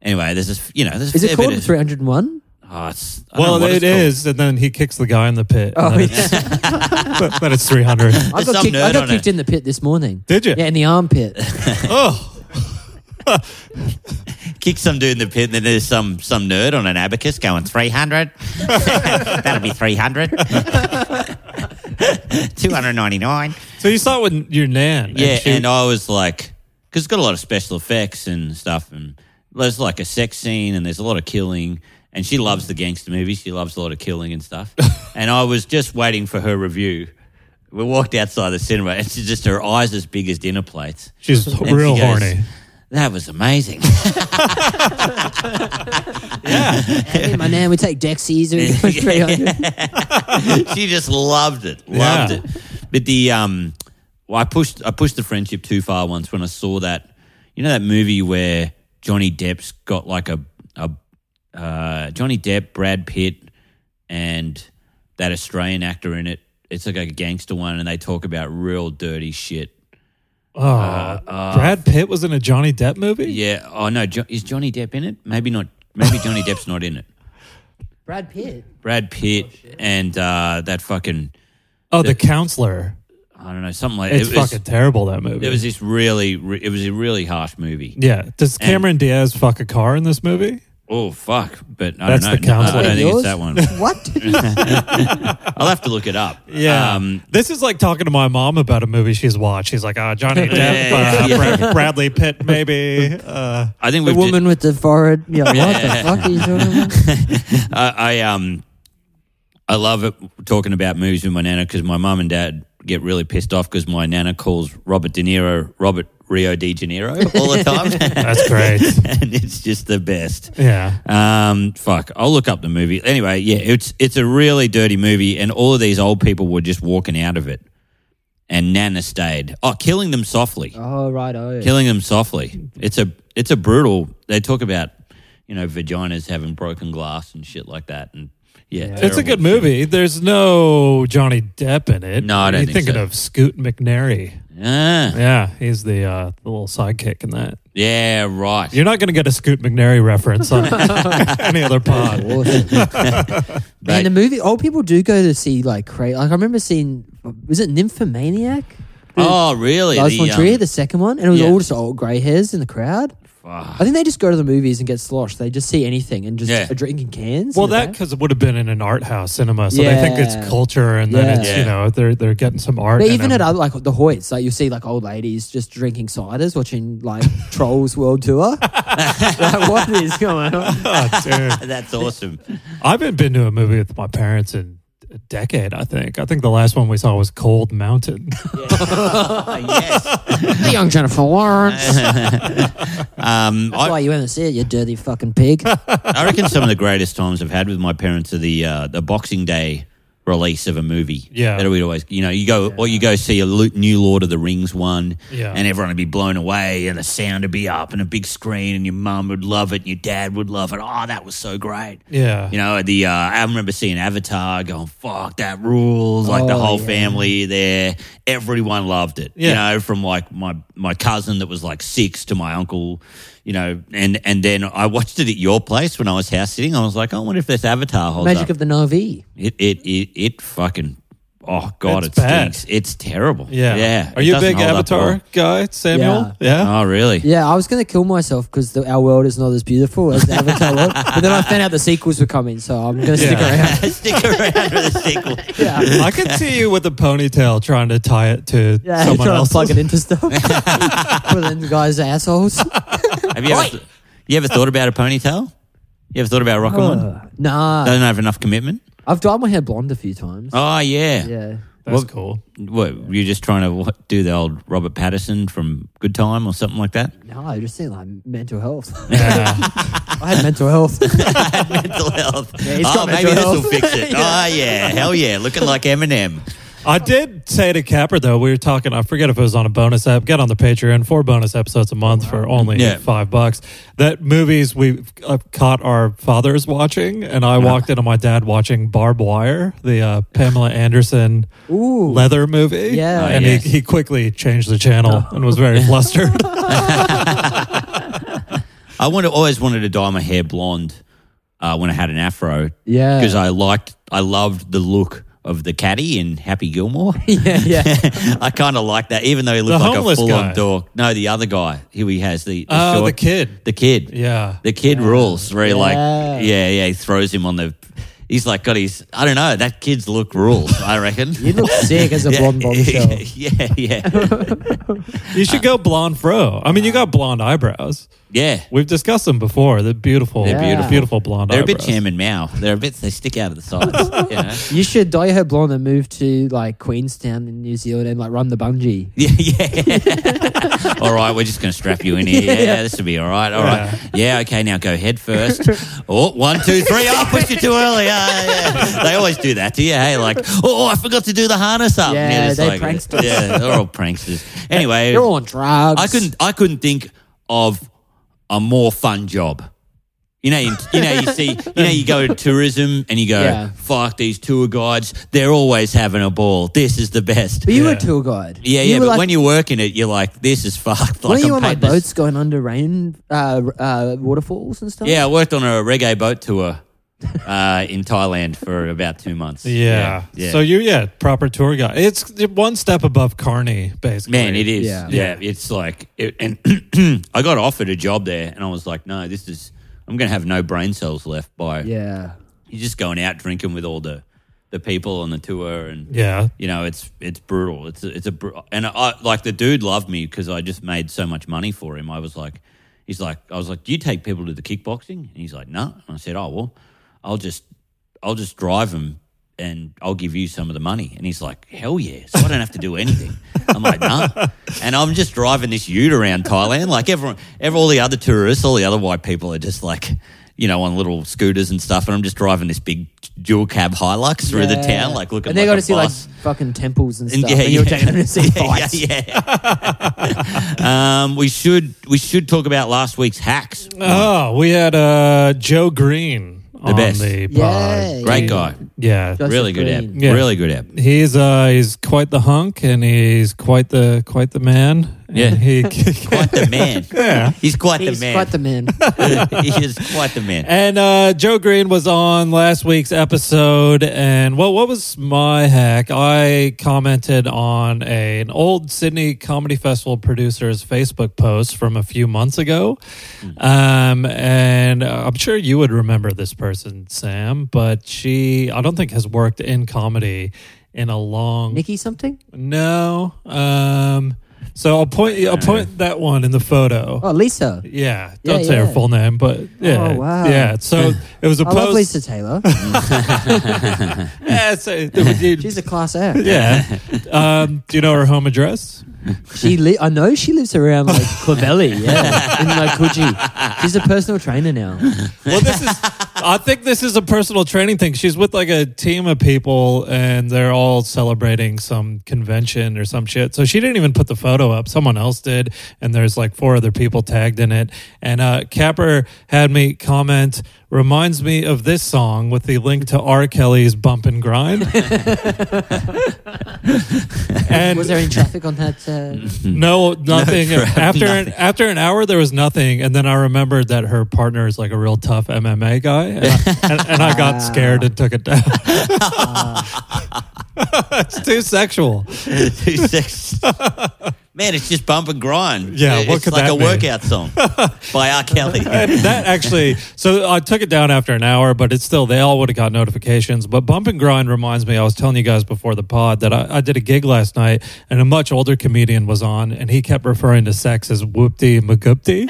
Speaker 3: Anyway, there's this, you know, there's a
Speaker 4: Is it
Speaker 3: fair
Speaker 4: called
Speaker 3: bit of,
Speaker 4: 301?
Speaker 3: Oh, it's, I don't know
Speaker 2: Well,
Speaker 3: what
Speaker 2: it
Speaker 3: it's called.
Speaker 2: is, and then he kicks the guy in the pit.
Speaker 4: Oh,
Speaker 2: and then,
Speaker 4: yeah.
Speaker 2: it's, then it's 300.
Speaker 4: I
Speaker 3: There's
Speaker 4: got,
Speaker 3: some
Speaker 4: kicked, I
Speaker 3: nerd
Speaker 4: got
Speaker 3: on
Speaker 4: kicked
Speaker 3: it.
Speaker 4: in the pit this morning.
Speaker 2: Did you?
Speaker 4: Yeah, in the armpit.
Speaker 2: Oh,
Speaker 3: Kick some dude in the pit, and then there's some some nerd on an abacus going 300. That'll be 300. 299.
Speaker 2: so you saw it with your nan.
Speaker 3: Yeah,
Speaker 2: she-
Speaker 3: and I was like, because it's got a lot of special effects and stuff, and there's like a sex scene, and there's a lot of killing. And she loves the gangster movies. She loves a lot of killing and stuff. and I was just waiting for her review. We walked outside the cinema, and she's just her eyes as big as dinner plates.
Speaker 2: she's
Speaker 3: And she
Speaker 2: real
Speaker 3: goes,
Speaker 2: horny.
Speaker 3: That was amazing.
Speaker 4: Me and my nan, we take Dexies. We go 300.
Speaker 3: she just loved it, loved
Speaker 2: Yeah.
Speaker 3: it. But the um, well, I pushed I pushed the friendship too far once when I saw that you know that movie where Johnny Depp's got like a a uh, Johnny Depp, Brad Pitt, and that Australian actor in it. It's like a gangster one, and they talk about real dirty shit.
Speaker 2: Oh, Brad Pitt was in a Johnny Depp movie.
Speaker 3: Uh, Yeah. Oh no, jo- is Johnny Depp in it? Maybe not. Maybe Johnny Depp's not in it.
Speaker 4: Brad Pitt.
Speaker 3: Brad Pitt and uh, that fucking
Speaker 2: Oh, the counselor.
Speaker 3: I don't know something like
Speaker 2: It's
Speaker 3: it was-
Speaker 2: fucking terrible that movie.
Speaker 3: There was this really, re- it was a really harsh movie.
Speaker 2: yeah. Does Cameron Diaz fuck a car in this movie?
Speaker 3: Oh fuck! But I
Speaker 2: That's
Speaker 3: don't
Speaker 2: the
Speaker 3: know. No, I
Speaker 2: counselor.
Speaker 3: don't
Speaker 4: Wait,
Speaker 3: think
Speaker 4: yours?
Speaker 3: it's that one.
Speaker 4: What?
Speaker 3: I'll have to look it up.
Speaker 2: Yeah.
Speaker 3: Um,
Speaker 2: this is like talking to my mom about a movie she's watched. She's like, oh, Johnny Depp,
Speaker 3: Yeah,
Speaker 2: uh,
Speaker 3: yeah.
Speaker 2: Brad- Bradley Pitt, maybe. Uh,
Speaker 3: I think
Speaker 4: the
Speaker 3: we've.
Speaker 4: woman with the forehead. Yeah, what
Speaker 3: Yeah.
Speaker 4: the fuck are you talking about?
Speaker 3: di- I, I um, I love it talking about movies with my nana because my mum and dad get really pissed off because my nana calls Robert De Niro Robert Rio de Janeiro all the time,
Speaker 2: that's great.
Speaker 3: and it's just the best.
Speaker 2: Yeah.
Speaker 3: Um, fuck, I'll look up the movie. Anyway, yeah, it's it's a really dirty movie, and all of these old people were just walking out of it, and Nana stayed. Oh, killing them softly,
Speaker 4: Oh, right. Oh,
Speaker 3: killing them softly. It's a it's a brutal. They talk about you know vaginas having broken glass and shit like that, and yeah,
Speaker 2: It's a
Speaker 3: terrible
Speaker 2: good
Speaker 3: shit.
Speaker 2: movie. There's no Johnny Depp in it.
Speaker 3: No, I don't
Speaker 2: You're
Speaker 3: think
Speaker 2: thinking
Speaker 3: so.
Speaker 2: of Scoot McNairy.
Speaker 3: Ah,
Speaker 2: Yeah, he's the, uh, the little sidekick in that.
Speaker 3: yeah, right.
Speaker 2: You're not going to get a Scoot McNairy reference on any other pod.
Speaker 4: Oh, Awesome. Man,
Speaker 3: Right.
Speaker 4: the movie. Old people do go to see like crazy. Like I remember seeing. Was it Nymphomaniac?
Speaker 3: oh, really?
Speaker 4: Lars von
Speaker 3: The, um,
Speaker 4: Trier, the second one, and it was
Speaker 3: yeah.
Speaker 4: all just old grey hairs in the crowd.
Speaker 3: fuck.
Speaker 4: I think they just go to the movies and get sloshed. They just see anything and just
Speaker 3: Yeah.
Speaker 4: are drinking cans.
Speaker 2: Well,
Speaker 4: in the
Speaker 2: that
Speaker 4: back.
Speaker 2: because it would have been in an art house cinema, so they think
Speaker 4: Yeah.
Speaker 2: it's culture, and
Speaker 4: Yeah.
Speaker 2: then it's
Speaker 3: Yeah.
Speaker 2: you know they're they're getting some art.
Speaker 4: But
Speaker 2: in
Speaker 4: even
Speaker 2: them.
Speaker 4: at other, like the Hoyts, like you see like old ladies just drinking ciders, watching like Trolls World Tour. like, what is going on?
Speaker 2: Oh, dude.
Speaker 3: That's awesome.
Speaker 2: I haven't been to a movie with my parents in a decade. I think. I think the last one we saw was Cold Mountain.
Speaker 3: yes.
Speaker 4: Hey, young Jennifer Lawrence.
Speaker 3: Um, I,
Speaker 4: That's why you haven't seen it, you dirty fucking pig.
Speaker 3: I reckon some of the greatest times I've had with my parents are the uh, the Boxing Day release of a movie.
Speaker 2: Yeah.
Speaker 3: that we'd always, you know, you go or you go see a lo- new Lord of the Rings one,
Speaker 2: Yeah.
Speaker 3: and everyone would be blown away, and the sound would be up, and a big screen, and your mum would love it, and your dad would love it. Oh, that was so great.
Speaker 2: yeah.
Speaker 3: You know, the uh, I remember seeing Avatar going, fuck, that rules. Like the
Speaker 4: Oh,
Speaker 3: whole
Speaker 4: yeah.
Speaker 3: family there. Everyone loved it.
Speaker 2: Yeah.
Speaker 3: You know, from like my, my cousin that was like six to my uncle, you know, and, and then I watched it at your place when I was house sitting. I was like, I wonder if this Avatar holds
Speaker 4: Magic
Speaker 3: up.
Speaker 4: of the Na'vi.
Speaker 3: it, it, it, it fucking, oh God,
Speaker 2: It's
Speaker 3: it
Speaker 2: bad.
Speaker 3: stinks. It's terrible.
Speaker 2: yeah.
Speaker 3: Yeah.
Speaker 2: Are
Speaker 3: It
Speaker 2: you a
Speaker 3: doesn't
Speaker 2: big
Speaker 3: hold up
Speaker 2: Avatar guy, Samuel? Yeah.
Speaker 3: well. Oh, really?
Speaker 4: Yeah, I was going to kill myself because our world is not as beautiful as the Avatar world. But then I found out the sequels were coming, so I'm going to stick
Speaker 2: Yeah.
Speaker 4: around.
Speaker 3: Stick around for the sequel.
Speaker 4: Yeah.
Speaker 2: I could see you with a ponytail trying to tie it to
Speaker 4: Yeah,
Speaker 2: someone
Speaker 4: trying to
Speaker 2: else.
Speaker 4: plug it into stuff. Put it in the guys' assholes.
Speaker 3: Have you ever, you ever thought about a ponytail? You ever thought about rocking one?
Speaker 4: Uh, nah,
Speaker 3: Don't have enough commitment.
Speaker 4: I've dyed my hair blonde a few times.
Speaker 3: Oh yeah.
Speaker 4: Yeah.
Speaker 2: That's
Speaker 3: What-
Speaker 2: cool.
Speaker 3: What were you just trying to what, do the old Robert Patterson from Good Time or something like that?
Speaker 4: No, I just think like mental health.
Speaker 2: Yeah.
Speaker 4: I had mental health.
Speaker 3: mental health.
Speaker 4: he's
Speaker 3: oh,
Speaker 4: got
Speaker 3: maybe
Speaker 4: mental
Speaker 3: this will
Speaker 4: health.
Speaker 3: fix it. Oh yeah, hell yeah, looking like Eminem.
Speaker 2: I did say to Capper though, we were talking. I forget if it was on a bonus app. Get on the Patreon four bonus episodes a month for only
Speaker 3: Yeah.
Speaker 2: five bucks. That movies we uh, caught our fathers watching, and I walked in on my dad watching Barbed Wire, the uh, Pamela Anderson
Speaker 4: Ooh.
Speaker 2: leather movie.
Speaker 4: Yeah. Oh,
Speaker 2: and
Speaker 3: yes. Oh.
Speaker 2: he, he quickly changed the channel and was very flustered.
Speaker 3: I wanted, always wanted to dye my hair blonde uh, when I had an afro.
Speaker 4: Yeah.
Speaker 3: Because I liked, I loved the look of the caddy in Happy Gilmore.
Speaker 4: yeah, yeah.
Speaker 3: I kind of like that, even though he looked
Speaker 2: The
Speaker 3: like a
Speaker 2: homeless
Speaker 3: full
Speaker 2: guy.
Speaker 3: on dork. No, the other guy who he has the the,
Speaker 2: Oh,
Speaker 3: short-
Speaker 2: the kid.
Speaker 3: the kid,
Speaker 2: yeah,
Speaker 3: the kid rules. Where he like,
Speaker 4: Yeah.
Speaker 3: yeah, yeah, he throws him on the. He's like, God, he's. I don't know. That kid's look rules. I reckon.
Speaker 4: You look sick as a blonde bombshell.
Speaker 3: yeah, yeah,
Speaker 2: you should go blonde fro. I mean, you got blonde eyebrows.
Speaker 3: yeah.
Speaker 2: We've discussed them before. They're beautiful.
Speaker 3: They're
Speaker 4: beautiful.
Speaker 2: beautiful blonde.
Speaker 3: They're a
Speaker 2: eyebrows.
Speaker 3: bit Chairman Mao. They're a bit. They stick out of the sides. you know?
Speaker 4: You should dye her blonde and move to like Queenstown in New Zealand and like run the bungee.
Speaker 3: Yeah, yeah. all right, we're just going to strap you in here. Yeah, this will be all right. All right. Yeah, okay, now go head first. Oh, one, two, three. Oh, I pushed you too early. Ah, yeah. They always do that to you. Hey, like, oh, oh, I forgot to do the harness up.
Speaker 4: Yeah,
Speaker 3: it's
Speaker 4: they're pranksters.
Speaker 3: Yeah, they're all pranksters. Anyway,
Speaker 4: You're all on drugs.
Speaker 3: I couldn't, I couldn't think of a more fun job. You know, you, you know, you see, you know, you go to tourism and you go,
Speaker 4: Yeah.
Speaker 3: fuck these tour guides. They're always having a ball. This is the best.
Speaker 4: But you were
Speaker 2: Yeah.
Speaker 4: a tour guide.
Speaker 3: Yeah,
Speaker 4: You
Speaker 3: yeah,
Speaker 4: were
Speaker 3: but
Speaker 4: like-
Speaker 3: when you work in it, you're like, this is fucked.
Speaker 4: weren't
Speaker 3: Like,
Speaker 4: you
Speaker 3: I'm
Speaker 4: on
Speaker 3: paid
Speaker 4: like
Speaker 3: this-
Speaker 4: boats going under rain uh, uh, waterfalls and stuff?
Speaker 3: Yeah, I worked on a reggae boat tour uh, in Thailand for about two months.
Speaker 2: Yeah.
Speaker 3: yeah.
Speaker 2: So you yeah, proper tour guide. It's one step above Carney, basically.
Speaker 3: Man, it is.
Speaker 4: Yeah.
Speaker 3: Yeah, it's like, it, and I got offered a job there, and I was like, no, this is, I'm going to have no brain cells left by.
Speaker 4: Yeah.
Speaker 3: You're just going out drinking with all the, the people on the tour, and
Speaker 2: Yeah.
Speaker 3: you know, it's it's brutal. It's a, it's a br- and I like the dude loved me because I just made so much money for him. I was like, he's like, I was like, do you take people to the kickboxing? And he's like, no. And I said, oh well, I'll just I'll just drive them and I'll give you some of the money. And he's like, hell yeah. So I don't have to do anything. I'm like, no. And I'm just driving this ute around Thailand. Like everyone, ever all the other tourists, all the other white people are just like. You know, on little scooters and stuff, and I'm just driving this big dual cab Hilux through the
Speaker 4: Yeah.
Speaker 3: town, like looking.
Speaker 4: And they
Speaker 3: like
Speaker 4: got
Speaker 3: a
Speaker 4: to see
Speaker 3: boss.
Speaker 4: like fucking temples and
Speaker 3: And
Speaker 4: stuff. and you were taking them to see
Speaker 3: yeah,
Speaker 4: fights.
Speaker 3: Yeah, yeah. um, we should we should talk about last week's hacks.
Speaker 2: Oh, we had uh, Joe Green on
Speaker 3: best.
Speaker 2: the
Speaker 4: Yeah,
Speaker 2: pod.
Speaker 3: Great
Speaker 4: yeah.
Speaker 3: guy,
Speaker 2: Yeah.
Speaker 4: Joseph
Speaker 3: really good app,
Speaker 4: Green.
Speaker 2: Yeah.
Speaker 3: really good app.
Speaker 2: He's uh he's quite the hunk and he's quite the quite the man. And
Speaker 3: Yeah.
Speaker 2: He
Speaker 3: Quite the man. yeah, he's quite
Speaker 4: He's
Speaker 3: the man.
Speaker 4: quite the man.
Speaker 3: he is quite the man.
Speaker 2: And uh, Joe Green was on last week's episode, and what what was my hack? I commented on a- an old Sydney Comedy Festival producer's Facebook post from a few months ago, um, and uh, I'm sure you would remember this person, Sam, but she I don't think has worked in comedy in a long
Speaker 4: Nikki something?
Speaker 2: no. Um, so I'll point I'll point that one in the photo.
Speaker 4: Oh, Lisa.
Speaker 2: Yeah,
Speaker 4: Yeah,
Speaker 2: don't say her
Speaker 4: yeah.
Speaker 2: full name, but yeah,
Speaker 4: Oh, wow.
Speaker 2: yeah. So it was a
Speaker 4: I love
Speaker 2: post.
Speaker 4: Lisa Taylor.
Speaker 2: Yeah, so it was-
Speaker 4: She's a class act.
Speaker 2: yeah. Um, do you know her home address?
Speaker 4: She li- I know she lives around like Clavelli, yeah, in like Coogee. She's a personal trainer now.
Speaker 2: Well, this is. I think this is a personal training thing. She's with like a team of people, and they're all celebrating some convention or some shit. So she didn't even put the photo up. Someone else did, and there's like four other people tagged in it. And uh, Capper had me comment. Reminds me of this song with the link to R. Kelly's "Bump and Grind." and
Speaker 4: Was there any traffic on that? Uh,
Speaker 2: No, nothing.
Speaker 3: crap,
Speaker 2: after An,
Speaker 3: nothing.
Speaker 2: after an hour, there was nothing, and then I remembered that her partner is like a real tough MMA guy, and I, and, and I got scared and took it down. it's too sexual.
Speaker 3: Two six. Man, it's just bump and grind.
Speaker 2: Yeah,
Speaker 3: it's
Speaker 2: what could
Speaker 3: like
Speaker 2: that
Speaker 3: a
Speaker 2: be?
Speaker 3: workout song by R. Kelly.
Speaker 2: And that actually, so I took it down after an hour, but it's still, they all would have got notifications. But Bump and Grind reminds me, I was telling you guys before the pod that I, I did a gig last night and a much older comedian was on and he kept referring to sex as whoopty magoopty.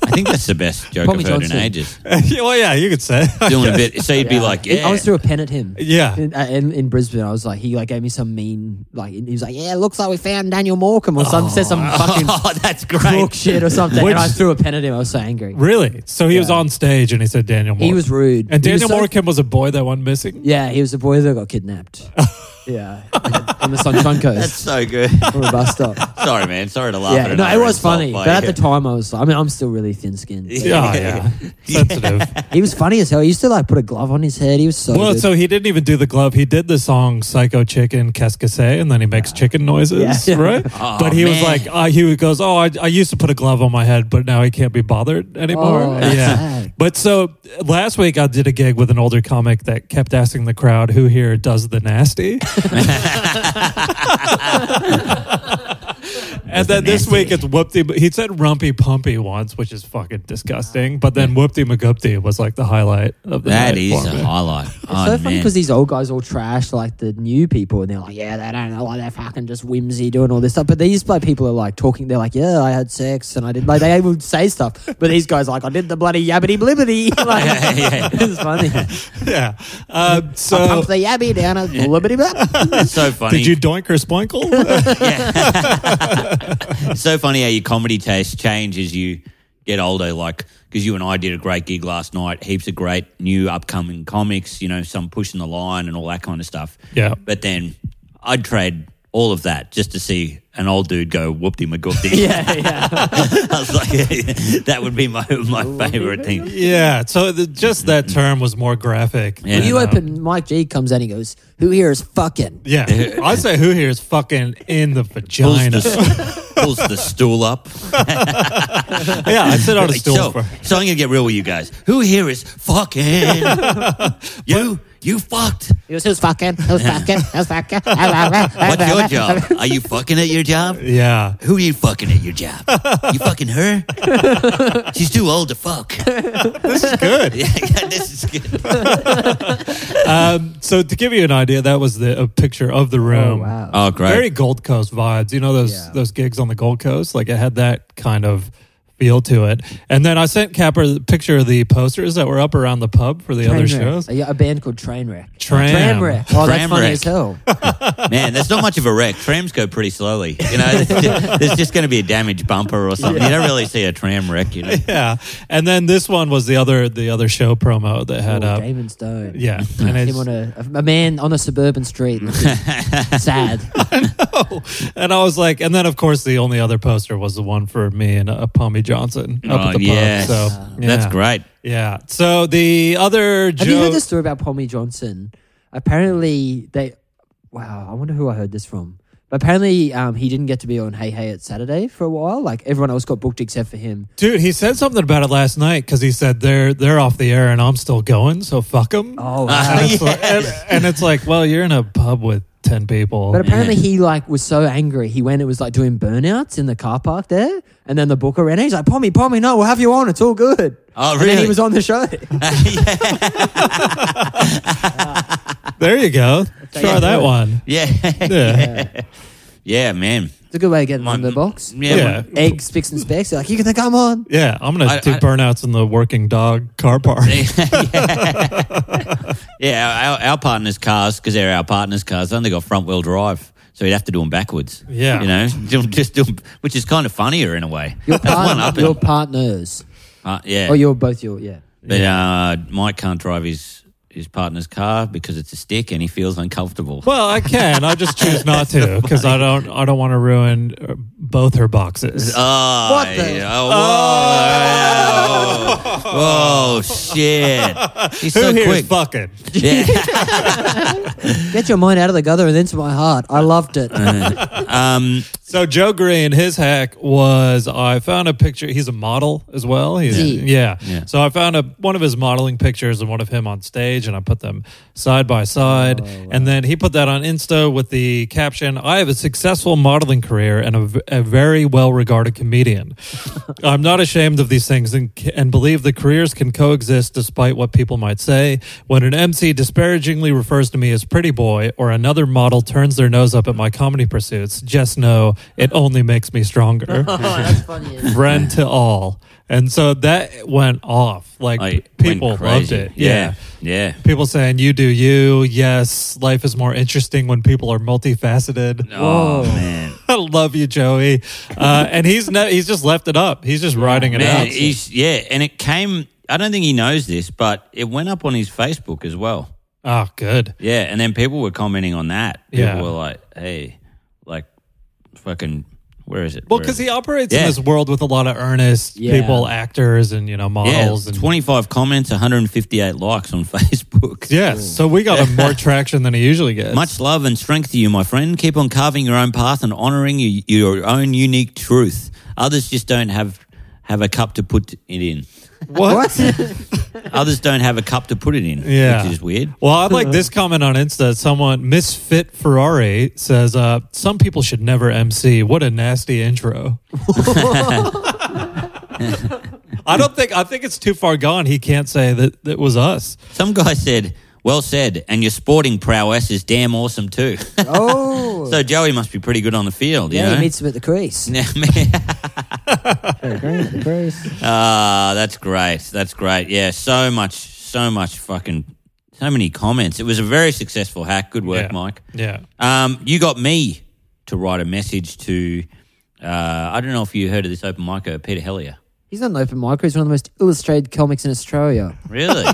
Speaker 3: I think that's the best joke
Speaker 4: Tommy
Speaker 3: I've heard
Speaker 4: Johnson.
Speaker 3: in ages.
Speaker 2: well, yeah, you could say.
Speaker 3: Doing a bit, so you'd be like, yeah.
Speaker 4: I was threw a pen at him.
Speaker 2: Yeah.
Speaker 4: In, uh, in, in Brisbane, I was like, he like gave me some mean, like he was like, yeah, looks like we found Daniel Morecambe or some said some fucking
Speaker 3: oh, that's
Speaker 4: crook
Speaker 3: great.
Speaker 4: shit or something,
Speaker 2: Which-
Speaker 4: and I threw a pen at him. I was so angry.
Speaker 2: Really? So he was
Speaker 4: Yeah.
Speaker 2: on stage and he said Daniel Moore.
Speaker 4: He was rude.
Speaker 2: And
Speaker 4: He
Speaker 2: Daniel
Speaker 4: was so-
Speaker 2: Moore Morecambe was a boy that went missing?
Speaker 4: Yeah, he was the boy that got kidnapped. Yeah. Hummus on Chunkos
Speaker 3: That's so good.
Speaker 4: from a bus stop.
Speaker 3: Sorry, man. Sorry to laugh.
Speaker 4: Yeah,
Speaker 3: at
Speaker 4: no, it
Speaker 3: another
Speaker 4: was
Speaker 3: insult
Speaker 4: funny,
Speaker 3: by
Speaker 4: but at
Speaker 3: you.
Speaker 4: the time I was, I mean, I'm still really thin skinned.
Speaker 2: Yeah, yeah. Sensitive.
Speaker 4: He was funny as hell. He used to like put a glove on his head. He was so
Speaker 2: Well,
Speaker 4: good.
Speaker 2: so he didn't even do the glove. He did the song "Psycho Chicken Cascase," and then he makes chicken noises,
Speaker 4: Yeah.
Speaker 2: right?
Speaker 3: Aw,
Speaker 2: but he was
Speaker 3: man.
Speaker 2: like, uh, he goes, "Oh, I, I used to put a glove on my head, but now he can't be bothered anymore."
Speaker 4: Oh, that's
Speaker 2: yeah.
Speaker 4: sad.
Speaker 2: But so uh, last week I did a gig with an older comic that kept asking the crowd, "Who here does the nasty?" And then
Speaker 3: the
Speaker 2: this
Speaker 3: nasty.
Speaker 2: week it's Whoopty. He said Rumpy Pumpy once, which is fucking disgusting. But then Whoopty McGoopty was like the highlight of the
Speaker 3: That
Speaker 2: night
Speaker 3: is
Speaker 2: for
Speaker 3: a
Speaker 2: me.
Speaker 3: highlight.
Speaker 4: It's
Speaker 3: oh,
Speaker 4: so funny
Speaker 3: man.
Speaker 4: because these old guys all trash like the new people, and they're like, "Yeah, they don't know, like they're fucking just whimsy doing all this stuff." But these like people are like talking. They're like, "Yeah, I had sex, and I did." Like they would say stuff, but these guys are like, "I did the bloody yabbity blibbity." like,
Speaker 3: Yeah, yeah. Oh.
Speaker 4: it's funny.
Speaker 2: yeah. Um, so
Speaker 4: Pump the yabby down a blibbity blip.
Speaker 3: It's so funny.
Speaker 2: Did you doink or spoinkle?
Speaker 3: It's so funny how your comedy tastes change as you get older. Like, because you and I did a great gig last night, heaps of great new upcoming comics, you know, some pushing the line and all that kind of stuff.
Speaker 2: Yeah.
Speaker 3: But then I'd trade all of that just to see an old dude go whoopty magoopty.
Speaker 4: yeah, yeah.
Speaker 3: I was like, that would be my, my favorite thing.
Speaker 2: yeah. So the, just that term was more graphic.
Speaker 3: Yeah.
Speaker 2: than,
Speaker 4: You
Speaker 2: uh,
Speaker 4: open. Mike G comes in. He goes, "Who here is fucking?"
Speaker 2: Yeah. I say who here is fucking in the
Speaker 3: Pulls
Speaker 2: vagina.
Speaker 3: the, pulls the stool up.
Speaker 2: yeah, I sit on a
Speaker 3: Hey,
Speaker 2: stool
Speaker 3: So,
Speaker 2: for.
Speaker 3: so I'm gonna get real with you guys. Who here is fucking? you you fucked.
Speaker 4: He goes, "Who's fucking? Who's fucking? Who's fucking?"
Speaker 3: What's your job? Are you fucking at your job?
Speaker 2: Yeah.
Speaker 3: Who are you fucking at your job? You fucking her? She's too old to fuck.
Speaker 2: Good.
Speaker 3: Yeah, yeah, this is good.
Speaker 2: Um, so to give you an idea, that was the a picture of the room.
Speaker 4: wow.
Speaker 3: Oh, great.
Speaker 2: Very Gold Coast vibes. You know those
Speaker 4: Yeah.
Speaker 2: those gigs on the Gold Coast? Like it had that kind of feel to it. And then I sent Capper the picture of the posters that were up around the pub for the other
Speaker 4: Trainwreck.
Speaker 2: shows.
Speaker 4: A, a band called Trainwreck.
Speaker 2: Tram.
Speaker 4: Trainwreck. Oh, that's
Speaker 3: Tramwreck.
Speaker 4: funny as hell.
Speaker 3: Man, that's not much of a wreck. Trams go pretty slowly. You know, there's just, going to be a damaged bumper or something. You don't really see a tram wreck, you know.
Speaker 2: Yeah. And then this one was the other the other show promo that had
Speaker 4: Oh,
Speaker 2: up.
Speaker 4: Damon Stone.
Speaker 2: Yeah. And
Speaker 4: Him on
Speaker 2: it's,
Speaker 4: a, a man on a suburban street looking sad.
Speaker 2: and I was like, and then of course the only other poster was the one for me and uh, Pommy Johnson up
Speaker 3: Oh,
Speaker 2: at the
Speaker 3: yes.
Speaker 2: pub. So yeah.
Speaker 3: That's great.
Speaker 2: Yeah. So the other
Speaker 4: Have you
Speaker 2: joke,
Speaker 4: heard the story about Pommy Johnson? Apparently, they. Wow, I wonder who I heard this from. But apparently, um, he didn't get to be on Hey Hey at Saturday for a while. Like everyone else got booked except for him.
Speaker 2: dude. He said something about it last night because he said they're they're off the air and I'm still going, so fuck them.
Speaker 4: Oh,
Speaker 2: and,
Speaker 4: wow.
Speaker 2: it's like, and, and it's like, well, you're in a pub with ten people.
Speaker 4: But apparently he like was so angry. He went and was like doing burnouts in the car park there, and then the booker ran. in. He's like, "Pommy, Pommy, no, we'll have you on. It's all good."
Speaker 3: Oh,
Speaker 4: And then
Speaker 3: really?
Speaker 4: he was on the show.
Speaker 2: there you go. Try that one.
Speaker 3: Yeah.
Speaker 2: Yeah.
Speaker 3: Yeah, man.
Speaker 4: It's a good way of getting on the box.
Speaker 3: Yeah.
Speaker 2: Yeah.
Speaker 4: Eggs, picks and specs. They're like, you can come on.
Speaker 2: Yeah, I'm gonna
Speaker 3: I-
Speaker 2: do
Speaker 3: I-
Speaker 2: burnouts in the working dog car park.
Speaker 3: Yeah, our, our partner's cars, because they're our partner's cars, they only got front wheel drive. So you'd have to do them backwards.
Speaker 2: Yeah.
Speaker 3: You know, Do 'em- just do 'em- which is kind of funnier in a way.
Speaker 4: Your,
Speaker 3: That's one up.
Speaker 4: partner, your partners.
Speaker 3: Uh, yeah.
Speaker 4: Oh, you're both your, yeah.
Speaker 3: but uh, Mike can't drive his, his partner's car because it's a stick and he feels uncomfortable.
Speaker 2: Well, I can. I just choose not to because I don't. I don't want to ruin uh, both her boxes.
Speaker 3: Oh,
Speaker 4: What the-
Speaker 3: yeah. Oh, whoa, Whoa, shit. He's
Speaker 2: Who
Speaker 3: so
Speaker 2: here
Speaker 3: quick.
Speaker 2: is fucking?
Speaker 3: Yeah.
Speaker 4: Get your mind out of the gutter and into my heart. I loved it.
Speaker 3: Uh-huh. Um,
Speaker 2: So Joe Green, his hack was I found a picture. He's a model as well. He's,
Speaker 4: Yeah.
Speaker 2: yeah.
Speaker 3: Yeah.
Speaker 2: So I found a, one of his modeling pictures and one of him on stage, and I put them side by side. And then he put that on Insta with the caption: "I have a successful modeling career and a, v- a very well-regarded comedian. I'm not ashamed of these things and c- and believe the careers can coexist despite what people might say. When an MC disparagingly refers to me as pretty boy or another model turns their nose up at my comedy pursuits, just know it only makes me stronger."
Speaker 4: Oh, that's funny.
Speaker 2: friend to all. And so that went off. Like
Speaker 3: I went
Speaker 2: people loved
Speaker 3: crazy.
Speaker 2: it.
Speaker 3: Yeah.
Speaker 2: Yeah.
Speaker 3: Yeah.
Speaker 2: People saying you do you. Yes, life is more interesting when people are multifaceted.
Speaker 3: Oh, man.
Speaker 2: I love you, Joey. Uh, and he's no, he's just left it up. He's just writing it
Speaker 3: Man,
Speaker 2: out.
Speaker 3: he's, yeah, and it came. I don't think he knows this, but it went up on his Facebook as well.
Speaker 2: Oh, good.
Speaker 3: Yeah, and then people were commenting on that. People
Speaker 2: Yeah.
Speaker 3: were like, "Hey, like, fucking, where is it?"
Speaker 2: Well,
Speaker 3: Where
Speaker 2: because
Speaker 3: is
Speaker 2: he operates in
Speaker 3: Yeah.
Speaker 2: this world with a lot of earnest
Speaker 4: Yeah.
Speaker 2: people, actors, and you know
Speaker 3: it?" yeah,
Speaker 2: models and.
Speaker 3: twenty-five comments, one hundred and fifty-eight likes on Facebook.
Speaker 2: Yes, so we got him more traction than he usually gets.
Speaker 3: Much love and strength to you, my friend. Keep on carving your own path and honoring your, your own unique truth. Others just don't have have a cup to put it in.
Speaker 2: what?
Speaker 3: Others don't have a cup to put it in.
Speaker 2: Yeah.
Speaker 3: which is weird.
Speaker 2: Well, I like this comment on Insta. Someone, Misfit Ferrari, says, uh, Some people should never MC. What a nasty intro. I don't think, I think it's too far gone. He can't say that that was us.
Speaker 3: Some guy said, "Well said," and your sporting prowess is damn awesome too.
Speaker 4: Oh,
Speaker 3: so Joey must be pretty good on the field. you
Speaker 4: yeah,
Speaker 3: know?
Speaker 4: he meets him at the crease.
Speaker 3: Yeah, man.
Speaker 4: Great, at the crease.
Speaker 3: Ah, that's great. That's great. Yeah, so much, so much fucking, so many comments. It was a very successful hack. Good work,
Speaker 2: Yeah.
Speaker 3: Mike.
Speaker 2: Yeah.
Speaker 3: Um, you got me to write a message to. Uh, I don't know if you heard of this open micer, Peter Hellier.
Speaker 4: He's not an open micer. He's one of the most illustrated comics in Australia.
Speaker 3: Really?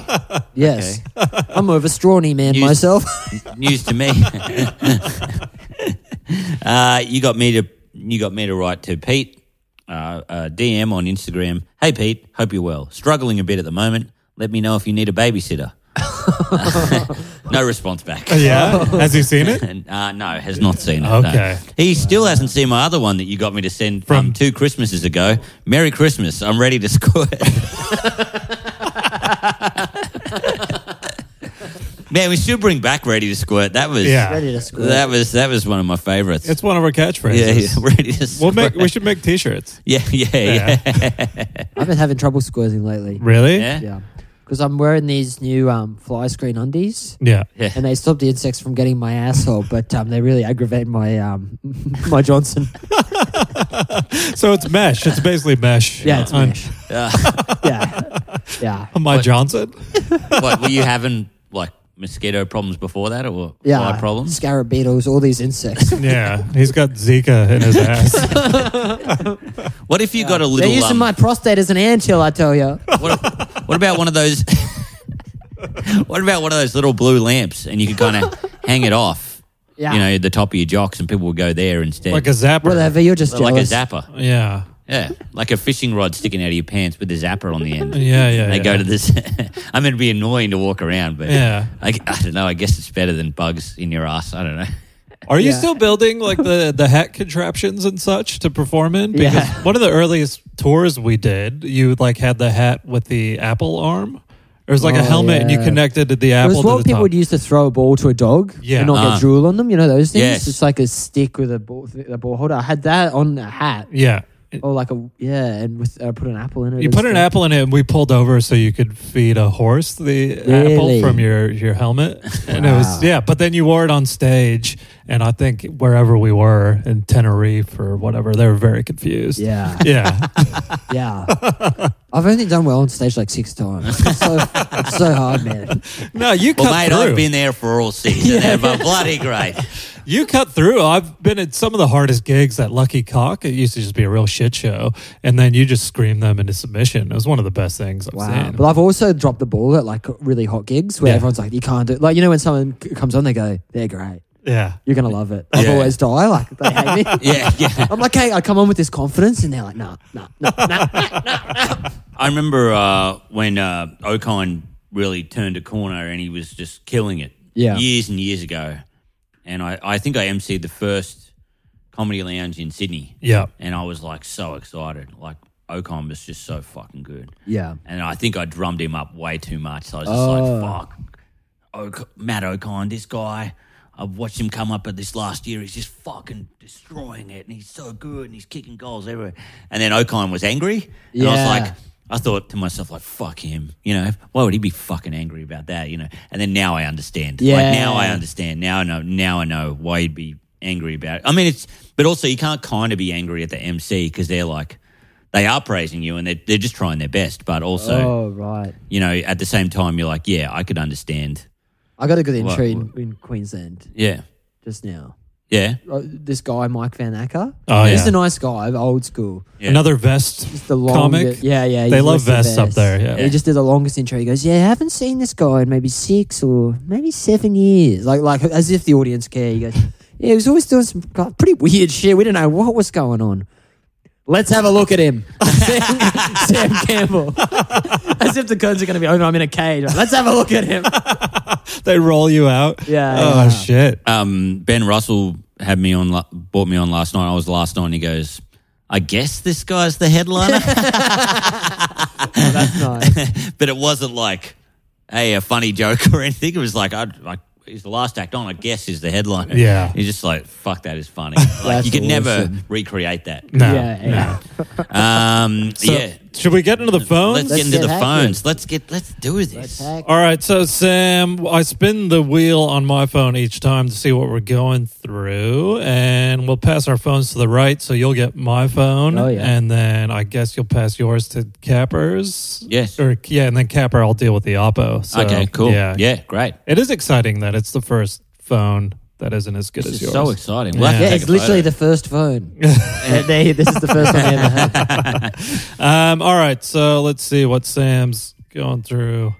Speaker 4: Yes. I'm more of a strawny man
Speaker 3: You-
Speaker 4: myself.
Speaker 3: News to me. uh, you got me to you got me to write to Pete. Uh, uh, DM on Instagram. Hey Pete, hope you're well. Struggling a bit at the moment. Let me know if you need a babysitter. no response back.
Speaker 2: Yeah. Has he seen it?
Speaker 3: And, uh, no, has not seen it. no.
Speaker 2: Okay.
Speaker 3: He still hasn't seen my other one that you got me to send from
Speaker 2: From-
Speaker 3: two Christmases ago. Merry Christmas. I'm ready to squirt. Man, we should bring back Ready to Squirt. That was
Speaker 2: Yeah.
Speaker 4: Ready to squirt.
Speaker 3: that was that was one of my favorites.
Speaker 2: It's one of our catchphrases.
Speaker 3: yeah, yeah, Ready to
Speaker 2: We'll
Speaker 3: Squirt.
Speaker 2: make, we should make t shirts.
Speaker 3: yeah, yeah, yeah.
Speaker 2: Yeah.
Speaker 4: I've been having trouble squirting lately.
Speaker 2: Really?
Speaker 3: Yeah.
Speaker 4: Yeah. Because I'm wearing these new um, fly screen undies.
Speaker 2: Yeah.
Speaker 3: Yeah.
Speaker 4: And they stop the insects from getting my asshole, but um, they really aggravate my um, my Johnson.
Speaker 2: So it's mesh. It's basically mesh.
Speaker 4: Yeah, it's
Speaker 2: On-
Speaker 4: mesh.
Speaker 3: Uh,
Speaker 4: Yeah, yeah,
Speaker 2: on My
Speaker 3: What?
Speaker 2: Johnson?
Speaker 3: what, were you having like mosquito problems before that or
Speaker 4: yeah.
Speaker 3: fly problems?
Speaker 4: Scarab beetles, all these insects.
Speaker 2: Yeah. He's got Zika in his ass.
Speaker 3: What if you got a
Speaker 4: They're
Speaker 3: little
Speaker 4: using
Speaker 3: um,
Speaker 4: my prostate as an anthill, I tell you.
Speaker 3: what, what about one of those? what about one of those little blue lamps, and you could kind of hang it off,
Speaker 4: Yeah.
Speaker 3: you know, the top of your jocks, and people would go there instead,
Speaker 2: like a zapper.
Speaker 4: Whatever, you're just
Speaker 3: like a
Speaker 4: jealous.
Speaker 3: zapper,
Speaker 2: Yeah.
Speaker 3: yeah, like a fishing rod sticking out of your pants with a zapper on the end.
Speaker 2: Yeah, yeah.
Speaker 3: And they
Speaker 2: yeah.
Speaker 3: go to this. I mean, it'd be annoying to walk around, but
Speaker 2: Yeah.
Speaker 3: I, I don't know. I guess it's better than bugs in your ass. I don't know.
Speaker 2: Are you
Speaker 4: Yeah.
Speaker 2: still building like the the hat contraptions and such to perform in?
Speaker 4: Yeah.
Speaker 2: Because one of the earliest tours we did, you like had the hat with the apple arm. It was like a
Speaker 4: Oh,
Speaker 2: helmet, and you
Speaker 4: yeah.
Speaker 2: connected the
Speaker 4: It
Speaker 2: apple.
Speaker 4: was
Speaker 2: to
Speaker 4: what
Speaker 2: the
Speaker 4: people
Speaker 2: top.
Speaker 4: would use to throw a ball to a dog
Speaker 2: Yeah. uh-huh.
Speaker 4: and not
Speaker 3: Ah.
Speaker 4: get drool on them. You know those things?
Speaker 3: Yes.
Speaker 4: It's like a stick with a ball, a ball holder. I had that on a hat.
Speaker 2: Yeah,
Speaker 4: Or like a, yeah, and with uh, put an apple in it.
Speaker 2: you
Speaker 4: and
Speaker 2: put an
Speaker 4: stuff.
Speaker 2: apple in it, and we pulled over so you could feed a horse the apple
Speaker 4: Really?
Speaker 2: from your your helmet. And it was yeah, but then you wore it on stage, and I think wherever we were in Tenerife or whatever, they were very confused.
Speaker 4: Yeah.
Speaker 2: yeah,
Speaker 4: Yeah. I've only done well on stage like six times. It's so, it's so hard, man.
Speaker 2: no, you
Speaker 3: Well,
Speaker 2: cut
Speaker 3: mate,
Speaker 2: through.
Speaker 3: I've been there for all season. They're bloody great.
Speaker 2: You cut through. I've been at some of the hardest gigs at Lucky Cock. It used to just be a real shit show, and then you just scream them into submission. It was one of the best things I've
Speaker 4: Wow.
Speaker 2: seen.
Speaker 4: But I've also dropped the ball at like really hot gigs where
Speaker 2: Yeah.
Speaker 4: everyone's like, you can't do it. Like, you know, when someone c- comes on, they go, they're great.
Speaker 2: Yeah,
Speaker 4: You're going to love it. I've
Speaker 3: Yeah.
Speaker 4: always die. Like, they hate me.
Speaker 3: Yeah, yeah.
Speaker 4: I'm like, hey, I come on with this confidence, and they're like, nah, nah, nah, nah.
Speaker 3: I remember uh, when uh, Okine really turned a corner and he was just killing it.
Speaker 4: Yeah.
Speaker 3: Years and years ago. And I, I think I emceed the first comedy lounge in Sydney.
Speaker 2: yeah,
Speaker 3: And I was like so excited. Like Okine was just so fucking good.
Speaker 4: Yeah.
Speaker 3: And I think I drummed him up way too much. So I was
Speaker 4: Oh.
Speaker 3: just like, fuck. Ok- Matt O'Kine, this guy, I've watched him come up at this last year. He's just fucking destroying it. And he's so good and he's kicking goals everywhere. And then O'Kine was angry. And I
Speaker 4: Yeah.
Speaker 3: was like, I thought to myself, like, fuck him. You know, why would he be fucking angry about that? You know, and then now I understand.
Speaker 4: Yeah.
Speaker 3: Like, now I understand. Now I know. Now I know why he'd be angry about it. I mean, it's, but also you can't kind of be angry at the MC because they're like, they are praising you and they're, they're just trying their best. But also,
Speaker 4: oh, right.
Speaker 3: you know, at the same time, you're like, yeah, I could understand.
Speaker 4: I got a good intro
Speaker 3: What-
Speaker 4: in, in Queensland
Speaker 3: Yeah.
Speaker 4: just now.
Speaker 3: Yeah.
Speaker 4: uh, this guy Mike Van Acker.
Speaker 2: Oh,
Speaker 4: he's
Speaker 2: yeah.
Speaker 4: a nice guy, old school.
Speaker 3: Yeah.
Speaker 2: Another vest
Speaker 4: Just the long
Speaker 2: comic.
Speaker 4: yeah, yeah. he
Speaker 2: They love
Speaker 4: wears the
Speaker 2: vests up
Speaker 4: vest.
Speaker 2: there, yeah.
Speaker 4: he just did the longest intro. He goes, "Yeah, I haven't seen this guy in maybe six or maybe seven years." Like, like as if the audience care. He goes, "Yeah, he was always doing some g- pretty weird shit. We didn't know what was going on." Let's have a look at him, Sam, Sam Campbell. as if the curtains are going to be open. I'm in a cage. Let's have a look at him.
Speaker 2: They roll you out.
Speaker 4: Yeah,
Speaker 2: Oh
Speaker 4: yeah.
Speaker 2: shit.
Speaker 3: Um, ben Russell had me on, la- bought me on last night. I was last night, and he goes, "I guess this guy's the headliner."
Speaker 4: Oh, that's nice.
Speaker 3: but it wasn't like, hey, a funny joke or anything. It was like, I, I, he's the last act on, I guess, is the headliner.
Speaker 2: Yeah.
Speaker 3: You're just like, fuck, that is funny. like,
Speaker 4: That's
Speaker 3: you could never
Speaker 4: awesome.
Speaker 3: recreate that.
Speaker 2: No.
Speaker 4: yeah, yeah.
Speaker 3: Um,
Speaker 2: So,
Speaker 3: yeah.
Speaker 2: Should we get into the phones?
Speaker 3: Let's, get into
Speaker 4: get
Speaker 3: the
Speaker 4: hacking.
Speaker 3: phones. Let's get, let's do this.
Speaker 4: Attack.
Speaker 2: All right, so Sam, I spin the wheel on my phone each time to see what we're going through, and we'll pass our phones to the right, so you'll get my phone,
Speaker 4: Oh, yeah.
Speaker 2: and then I guess you'll pass yours to Capper's.
Speaker 3: Yes.
Speaker 2: or yeah, and then Capper, I'll deal with the Oppo. So,
Speaker 3: okay, cool.
Speaker 2: Yeah,
Speaker 3: Yeah, great.
Speaker 2: It is exciting that it's the first phone that isn't as good
Speaker 3: This
Speaker 2: as
Speaker 3: is
Speaker 2: yours.
Speaker 3: so exciting.
Speaker 2: Yeah.
Speaker 4: Yeah, it's literally the first phone. And they- this is the first one I ever had.
Speaker 2: um, all right, so let's see what Sam's going through,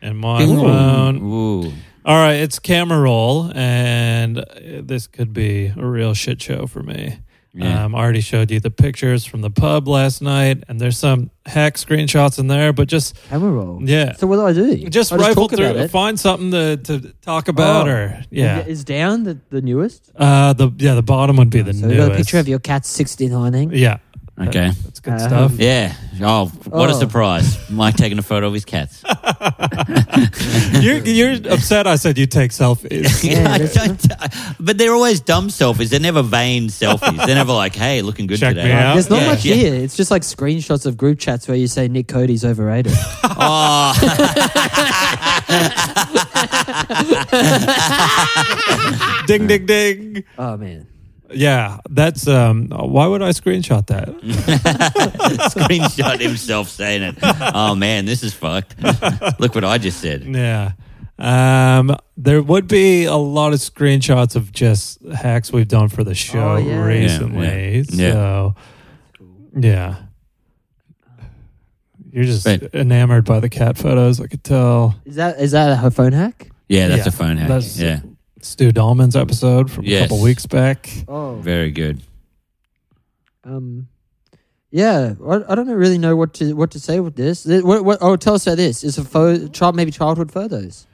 Speaker 2: and my phone.
Speaker 3: Ooh.
Speaker 2: All right, it's camera roll, and uh, this could be a real shit show for me.
Speaker 3: Yeah.
Speaker 2: Um, I already showed you the pictures from the pub last night, and there's some hack screenshots in there, but just
Speaker 4: Camera roll.
Speaker 2: Yeah.
Speaker 4: So what do I do?
Speaker 2: just
Speaker 4: I
Speaker 2: rifle
Speaker 4: talk
Speaker 2: through,
Speaker 4: about it.
Speaker 2: find something to, to talk about,
Speaker 4: Oh.
Speaker 2: or yeah,
Speaker 4: Is down the, the newest?
Speaker 2: uh, the yeah the bottom would be the
Speaker 4: So we
Speaker 2: newest.
Speaker 4: got a picture of your cat 69ing.
Speaker 2: yeah,
Speaker 3: Okay.
Speaker 2: that's good
Speaker 4: Um,
Speaker 2: stuff.
Speaker 3: Yeah. Oh, what a
Speaker 4: Oh.
Speaker 3: surprise. Mike taking a photo of his cats.
Speaker 2: You're you're upset. I said you take selfies.
Speaker 3: I
Speaker 4: that's-
Speaker 3: don't, but they're always dumb selfies. They're never vain selfies. They're never like, hey, looking good
Speaker 2: Check
Speaker 3: today.
Speaker 2: me out.
Speaker 4: There's not
Speaker 3: Yeah,
Speaker 4: much
Speaker 3: yeah.
Speaker 4: here. It's just like screenshots of group chats where you say Nick Cody's overrated.
Speaker 3: Oh,
Speaker 2: ding ding ding.
Speaker 4: oh man.
Speaker 2: Yeah, that's um. Why would I screenshot that?
Speaker 3: screenshot himself saying it. Oh man, this is fucked. Look what I just said.
Speaker 2: Yeah. Um, there would be a lot of screenshots of just hacks we've done for the show
Speaker 4: Oh, yeah.
Speaker 2: recently.
Speaker 3: Yeah, yeah.
Speaker 2: So, yeah. You're just
Speaker 3: Right.
Speaker 2: enamored by the cat photos. I could tell.
Speaker 4: Is that is that a phone hack?
Speaker 3: Yeah, that's
Speaker 2: Yeah,
Speaker 3: a phone hack.
Speaker 2: that's-
Speaker 3: yeah,
Speaker 2: Stu Dahlman's episode from a
Speaker 3: Yes.
Speaker 2: couple weeks back.
Speaker 4: Oh.
Speaker 3: very good.
Speaker 4: Um yeah, I, I don't really know what to what to say with this. Th- What, what, oh, tell us about this. Is a pho- child maybe childhood photos?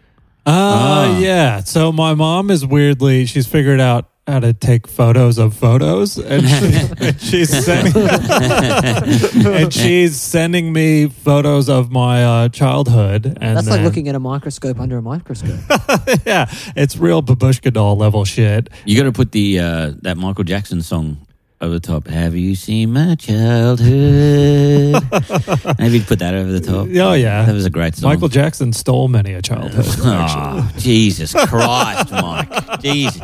Speaker 2: Uh,
Speaker 3: Ah.
Speaker 2: yeah. So my mom is weirdly she's figured out how to take photos of photos, and, she, and she's sending and she's sending me photos of my uh, childhood. And
Speaker 4: That's
Speaker 2: then-
Speaker 4: like looking at a microscope under a microscope.
Speaker 2: yeah, it's real babushka doll level shit.
Speaker 3: You got to put the uh, that Michael Jackson song over the top. Have you seen my childhood? Maybe you'd put that over the top.
Speaker 2: Oh
Speaker 3: That
Speaker 2: yeah,
Speaker 3: was a great song.
Speaker 2: Michael Jackson stole many a childhood.
Speaker 3: Oh, Jesus Christ, Mike. Jesus.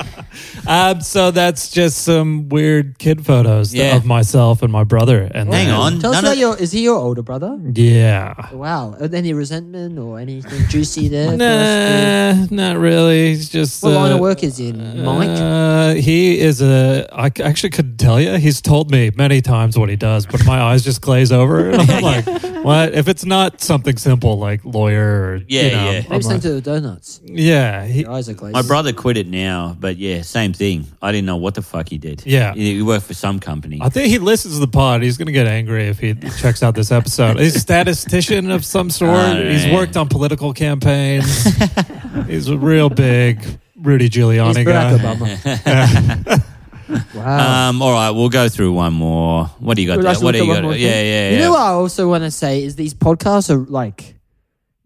Speaker 2: um, so that's just some weird kid photos
Speaker 3: Yeah.
Speaker 2: of myself and my brother. And
Speaker 3: Hang
Speaker 2: then-
Speaker 3: on.
Speaker 4: Tell us
Speaker 3: None
Speaker 4: about
Speaker 3: of-
Speaker 4: your. Is he your older brother?
Speaker 2: yeah.
Speaker 4: Wow. Any resentment or anything juicy there? for us to-
Speaker 2: Nah, not really. He's just
Speaker 4: What line
Speaker 2: uh,
Speaker 4: of work is he in, Mike?
Speaker 2: Uh, he is a. I c- actually couldn't tell you. He's told me many times what he does, but my eyes just glaze over, and I'm like, "What?" If it's not something simple like lawyer, or,
Speaker 3: Yeah,
Speaker 2: you know,
Speaker 3: yeah.
Speaker 2: I'm
Speaker 4: Maybe something
Speaker 2: like-
Speaker 4: to the donuts.
Speaker 2: yeah, he-
Speaker 4: Your eyes are glazed.
Speaker 3: My brother quit it now, but yeah, same thing. I didn't know what the fuck he did.
Speaker 2: Yeah.
Speaker 3: He, he worked for some company.
Speaker 2: I think he listens to the pod. He's going to get angry if he checks out this episode. He's a statistician of some sort.
Speaker 3: All right.
Speaker 2: He's worked on political campaigns. He's a real big Rudy Giuliani
Speaker 4: He's
Speaker 2: guy. Uh,
Speaker 4: Barack Obama. wow.
Speaker 3: Um, all right, we'll go through one more. What do you got
Speaker 4: Would I
Speaker 3: there?
Speaker 4: still
Speaker 3: What do
Speaker 4: do
Speaker 3: you
Speaker 4: one
Speaker 3: got?
Speaker 4: more
Speaker 3: Yeah,
Speaker 4: thing?
Speaker 3: yeah, yeah.
Speaker 4: You know what I also want to say is these podcasts are like.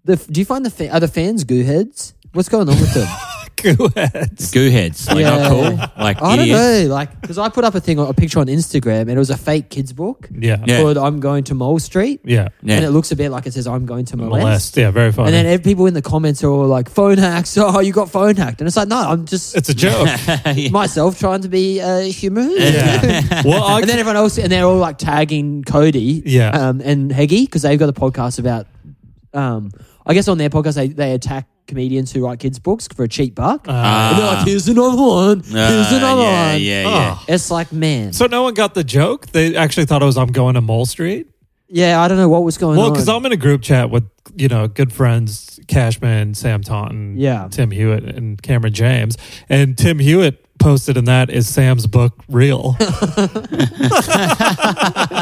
Speaker 4: The, f- do you find the fa- are the fans goo heads? What's going on with them?
Speaker 2: Go ahead.
Speaker 3: Goo heads, like
Speaker 4: Yeah.
Speaker 3: not cool, like
Speaker 4: I don't
Speaker 3: idiots.
Speaker 4: know. Like, because I put up a thing, a picture on Instagram, and it was a fake kids book
Speaker 2: Yeah.
Speaker 3: Yeah.
Speaker 4: called "I'm Going to Mole Street,"
Speaker 2: Yeah.
Speaker 3: Yeah.
Speaker 4: and it looks a bit like it says "I'm Going to molest."
Speaker 2: Molest. Yeah, very funny.
Speaker 4: And then ev- people in the comments are all like, "Phone hacks! Oh, you got phone hacked!" And it's like, no, I'm just
Speaker 2: it's a joke.
Speaker 3: Yeah.
Speaker 4: myself trying to be uh, humorous.
Speaker 2: yeah. Well, I,
Speaker 4: and then everyone else, and they're all like tagging Cody,
Speaker 2: Yeah.
Speaker 4: um, and Heggy because they've got a podcast about, um, I guess on their podcast they they attack comedians who write kids' books for a cheap buck.
Speaker 2: Ah.
Speaker 4: and they're like, here's another one. here's
Speaker 3: Uh,
Speaker 4: another
Speaker 3: yeah,
Speaker 4: one.
Speaker 3: yeah,
Speaker 2: Oh.
Speaker 3: yeah.
Speaker 4: It's like, man.
Speaker 2: So no one got the joke. They actually thought it was I'm going to Mole Street.
Speaker 4: yeah, I don't know what was going
Speaker 2: Well,
Speaker 4: on.
Speaker 2: because I'm in a group chat with you know good friends Cashman, Sam Taunton,
Speaker 4: Yeah.
Speaker 2: Tim Hewitt, and Cameron James. And Tim Hewitt posted in that is Sam's book real?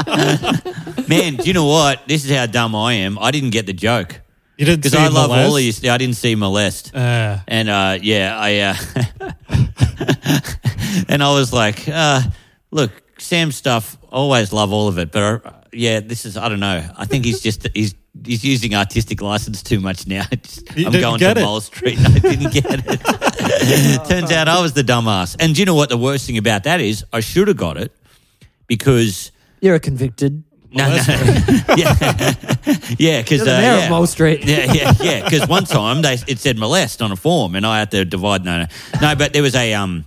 Speaker 3: Man, do you know what? This is how dumb I am. I didn't get the joke
Speaker 2: You didn't
Speaker 3: because
Speaker 2: see
Speaker 3: I love
Speaker 2: molest?
Speaker 3: all these. I didn't see molest.
Speaker 2: Uh,
Speaker 3: And uh, yeah, I uh, and I was like, uh, look, Sam's stuff. I Always love all of it, but I, yeah, this is I don't know. I think he's just he's he's using artistic license too much now. Just-
Speaker 2: You
Speaker 3: I'm
Speaker 2: didn't
Speaker 3: going
Speaker 2: get
Speaker 3: to
Speaker 2: it.
Speaker 3: Mole Street. I didn't get it. Turns out I was the dumbass. And do you know what the worst thing about that is? I should have got it because
Speaker 4: You're a convicted.
Speaker 3: no, no. yeah, Uh, yeah, because
Speaker 4: You're the mayor of Mole Street.
Speaker 3: yeah, yeah, yeah. Because one time they it said molest on a form, and I had to divide. No, no, no. But there was a um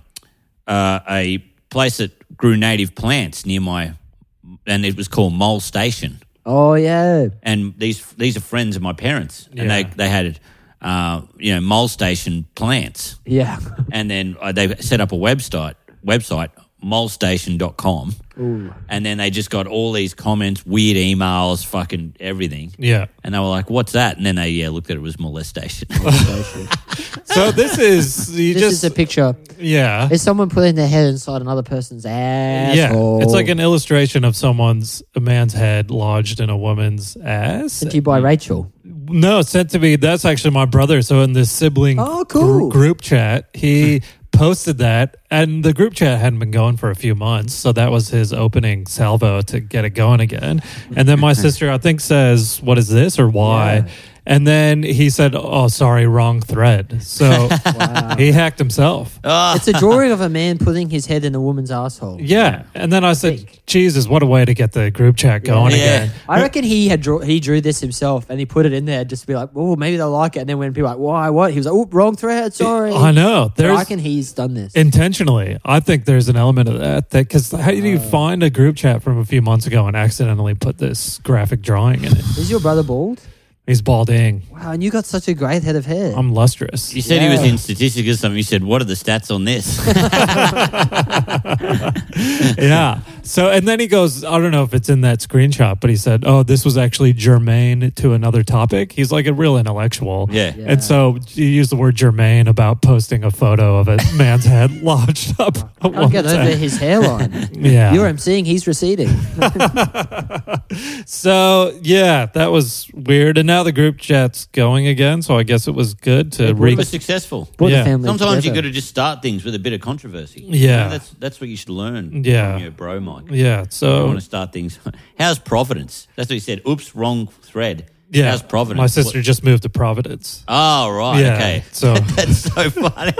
Speaker 3: uh, a place that grew native plants near my, and it was called Mole Station.
Speaker 4: Oh, yeah.
Speaker 3: And these these are friends of my parents, and
Speaker 2: Yeah.
Speaker 3: they they had uh you know Mole Station plants,
Speaker 4: Yeah.
Speaker 3: and then uh, they set up a website website molestation.com and then they just got all these comments weird emails fucking everything
Speaker 2: yeah.
Speaker 3: and they were like what's that and then they yeah looked at it, it was molestation
Speaker 2: So this is you
Speaker 4: this
Speaker 2: just
Speaker 4: is a picture.
Speaker 2: yeah
Speaker 4: It's someone putting their head inside another person's ass.
Speaker 2: yeah. It's like an illustration of someone's a man's head lodged in a woman's ass.
Speaker 4: sent to you by Rachel.
Speaker 2: No, sent to me. That's actually my brother. So in the sibling
Speaker 4: Oh, cool.
Speaker 2: gr- group chat, he posted that, and the group chat hadn't been going for a few months. So that was his opening salvo to get it going again. And then my sister, I think, says, "What is this or why?" And then he said, "Oh, sorry, wrong thread." So he hacked himself.
Speaker 4: It's a drawing of a man putting his head in a woman's asshole.
Speaker 2: Yeah. And then I said, "Jesus, what a way to get the group chat going
Speaker 3: Yeah.
Speaker 2: again."
Speaker 4: I reckon he had draw, he drew this himself and he put it in there just to be like, oh, maybe they'll like it. And then when people are like, why, what? He was like, oh, wrong thread, sorry.
Speaker 2: I know.
Speaker 4: But
Speaker 2: There's
Speaker 4: I reckon he's done this.
Speaker 2: intentionally i think there's an element of that that because how do
Speaker 3: Uh.
Speaker 2: you find a group chat from a few months ago and accidentally put this graphic drawing in it
Speaker 4: Is your brother bald?
Speaker 2: he's balding
Speaker 4: Wow, and you got such a great head of hair.
Speaker 2: i'm lustrous
Speaker 3: you said he was
Speaker 4: Yeah.
Speaker 3: in statistics or something you said what are the stats on this
Speaker 2: yeah so and then he goes i don't know if it's in that screenshot but he said oh this was actually germane to another topic he's like a real intellectual
Speaker 3: Yeah.
Speaker 4: Yeah.
Speaker 2: and so you use the word germane about posting a photo of a man's head lodged up a
Speaker 4: Can't get
Speaker 2: woman's
Speaker 4: over
Speaker 2: head.
Speaker 4: his hairline.
Speaker 2: yeah
Speaker 4: You're seeing he's receding.
Speaker 2: So yeah, that was weird. And now the group chat's going again, so I guess it was good to
Speaker 3: we
Speaker 2: re.
Speaker 3: were successful
Speaker 4: Brought
Speaker 2: Yeah.
Speaker 4: the family
Speaker 3: sometimes you got
Speaker 4: together.
Speaker 3: to just start things with a bit of controversy
Speaker 2: Yeah.
Speaker 3: that's that's what you should learn
Speaker 2: Yeah.
Speaker 3: from your bro mike
Speaker 2: Yeah.
Speaker 3: I
Speaker 2: So
Speaker 3: want to start things. How's Providence? That's what he said. Oops, wrong thread.
Speaker 2: yeah,
Speaker 3: How's Providence?
Speaker 2: My sister just moved to Providence.
Speaker 3: Oh right,
Speaker 2: yeah.
Speaker 3: okay.
Speaker 2: So
Speaker 3: That's so funny.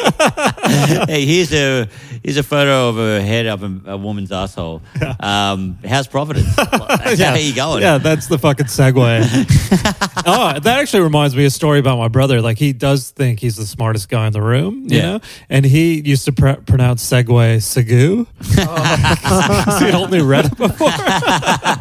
Speaker 3: hey, here's a here's a photo of her head up in a woman's asshole. Um, how's Providence? That's how you going?
Speaker 2: yeah, that's the fucking segue. oh, that actually reminds me of a story about my brother. Like he does think he's the smartest guy in the room, you
Speaker 3: Yeah.
Speaker 2: know. And he used to pr- pronounce segue segu. he only read it before.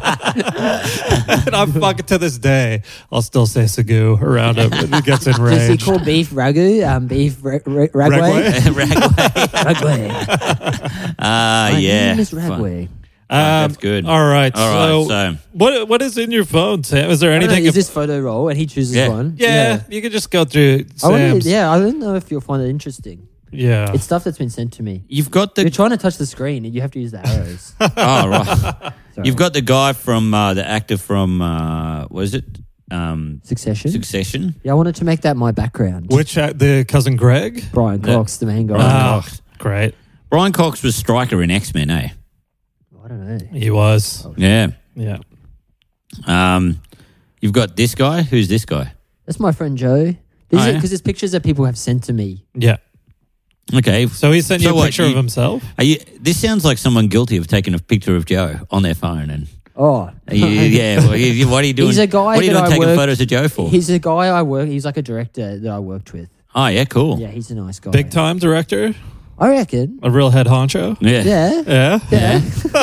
Speaker 2: and I'm fucking to this day. I'll still say segu around him. when He gets
Speaker 4: Does he
Speaker 2: enraged.
Speaker 4: call beef ragu? Um, beef ra- ra- ragway?
Speaker 2: Ragway?
Speaker 3: Ragway.
Speaker 4: Ragway.
Speaker 3: Ah,
Speaker 4: My
Speaker 3: yeah.
Speaker 4: name is
Speaker 3: Fun. Oh,
Speaker 4: Ragway.
Speaker 2: Um,
Speaker 3: That's good.
Speaker 2: All right.
Speaker 3: All
Speaker 2: so,
Speaker 3: right, so-
Speaker 2: what what is in your phone, Sam? Is there
Speaker 4: I don't know,
Speaker 2: anything?
Speaker 4: is this photo roll? And he chooses
Speaker 3: Yeah.
Speaker 4: one.
Speaker 2: yeah, you can just go through
Speaker 4: I wonder,
Speaker 2: Sam's. yeah.
Speaker 4: yeah, I don't know if you'll find it interesting.
Speaker 2: Yeah.
Speaker 4: It's stuff that's been sent to me.
Speaker 3: You've got
Speaker 4: You're
Speaker 3: the
Speaker 4: trying to touch the screen and you have to use the arrows.
Speaker 3: oh, right.
Speaker 4: Sorry.
Speaker 3: You've got the guy from uh, the actor from uh, was it um,
Speaker 4: Succession.
Speaker 3: Succession?
Speaker 4: yeah, I wanted to make that my background.
Speaker 2: Which uh, the cousin Greg?
Speaker 4: Brian
Speaker 3: Yeah.
Speaker 4: Cox, the main guy.
Speaker 3: Ah.
Speaker 2: Oh, great.
Speaker 3: Brian Cox was striker in X Men, eh?
Speaker 4: I don't know.
Speaker 2: He was.
Speaker 3: Yeah.
Speaker 2: Yeah.
Speaker 3: Um, you've got this guy. Who's this guy?
Speaker 4: That's my friend Joe.
Speaker 3: Oh,
Speaker 4: Because
Speaker 3: yeah?
Speaker 4: it's pictures that people have sent to me.
Speaker 2: Yeah.
Speaker 3: Okay.
Speaker 2: So he sent
Speaker 3: So
Speaker 2: you a
Speaker 3: what,
Speaker 2: picture
Speaker 3: you- Oh,
Speaker 2: of himself?
Speaker 3: Are you, this sounds like someone guilty of taking a picture of Joe on their phone. And
Speaker 4: Oh,
Speaker 3: are you- yeah, well, you- you- what are you doing?
Speaker 4: He's a guy
Speaker 3: What are you
Speaker 4: that
Speaker 3: doing
Speaker 4: I
Speaker 3: taking
Speaker 4: worked-
Speaker 3: photos of Joe for?
Speaker 4: He's a guy I work. He's like a director that I worked with.
Speaker 3: oh yeah, cool.
Speaker 4: Yeah, he's a nice guy.
Speaker 2: Big time director?
Speaker 4: I reckon.
Speaker 2: A real head honcho?
Speaker 3: Yeah.
Speaker 4: Yeah.
Speaker 2: Yeah.
Speaker 4: Yeah.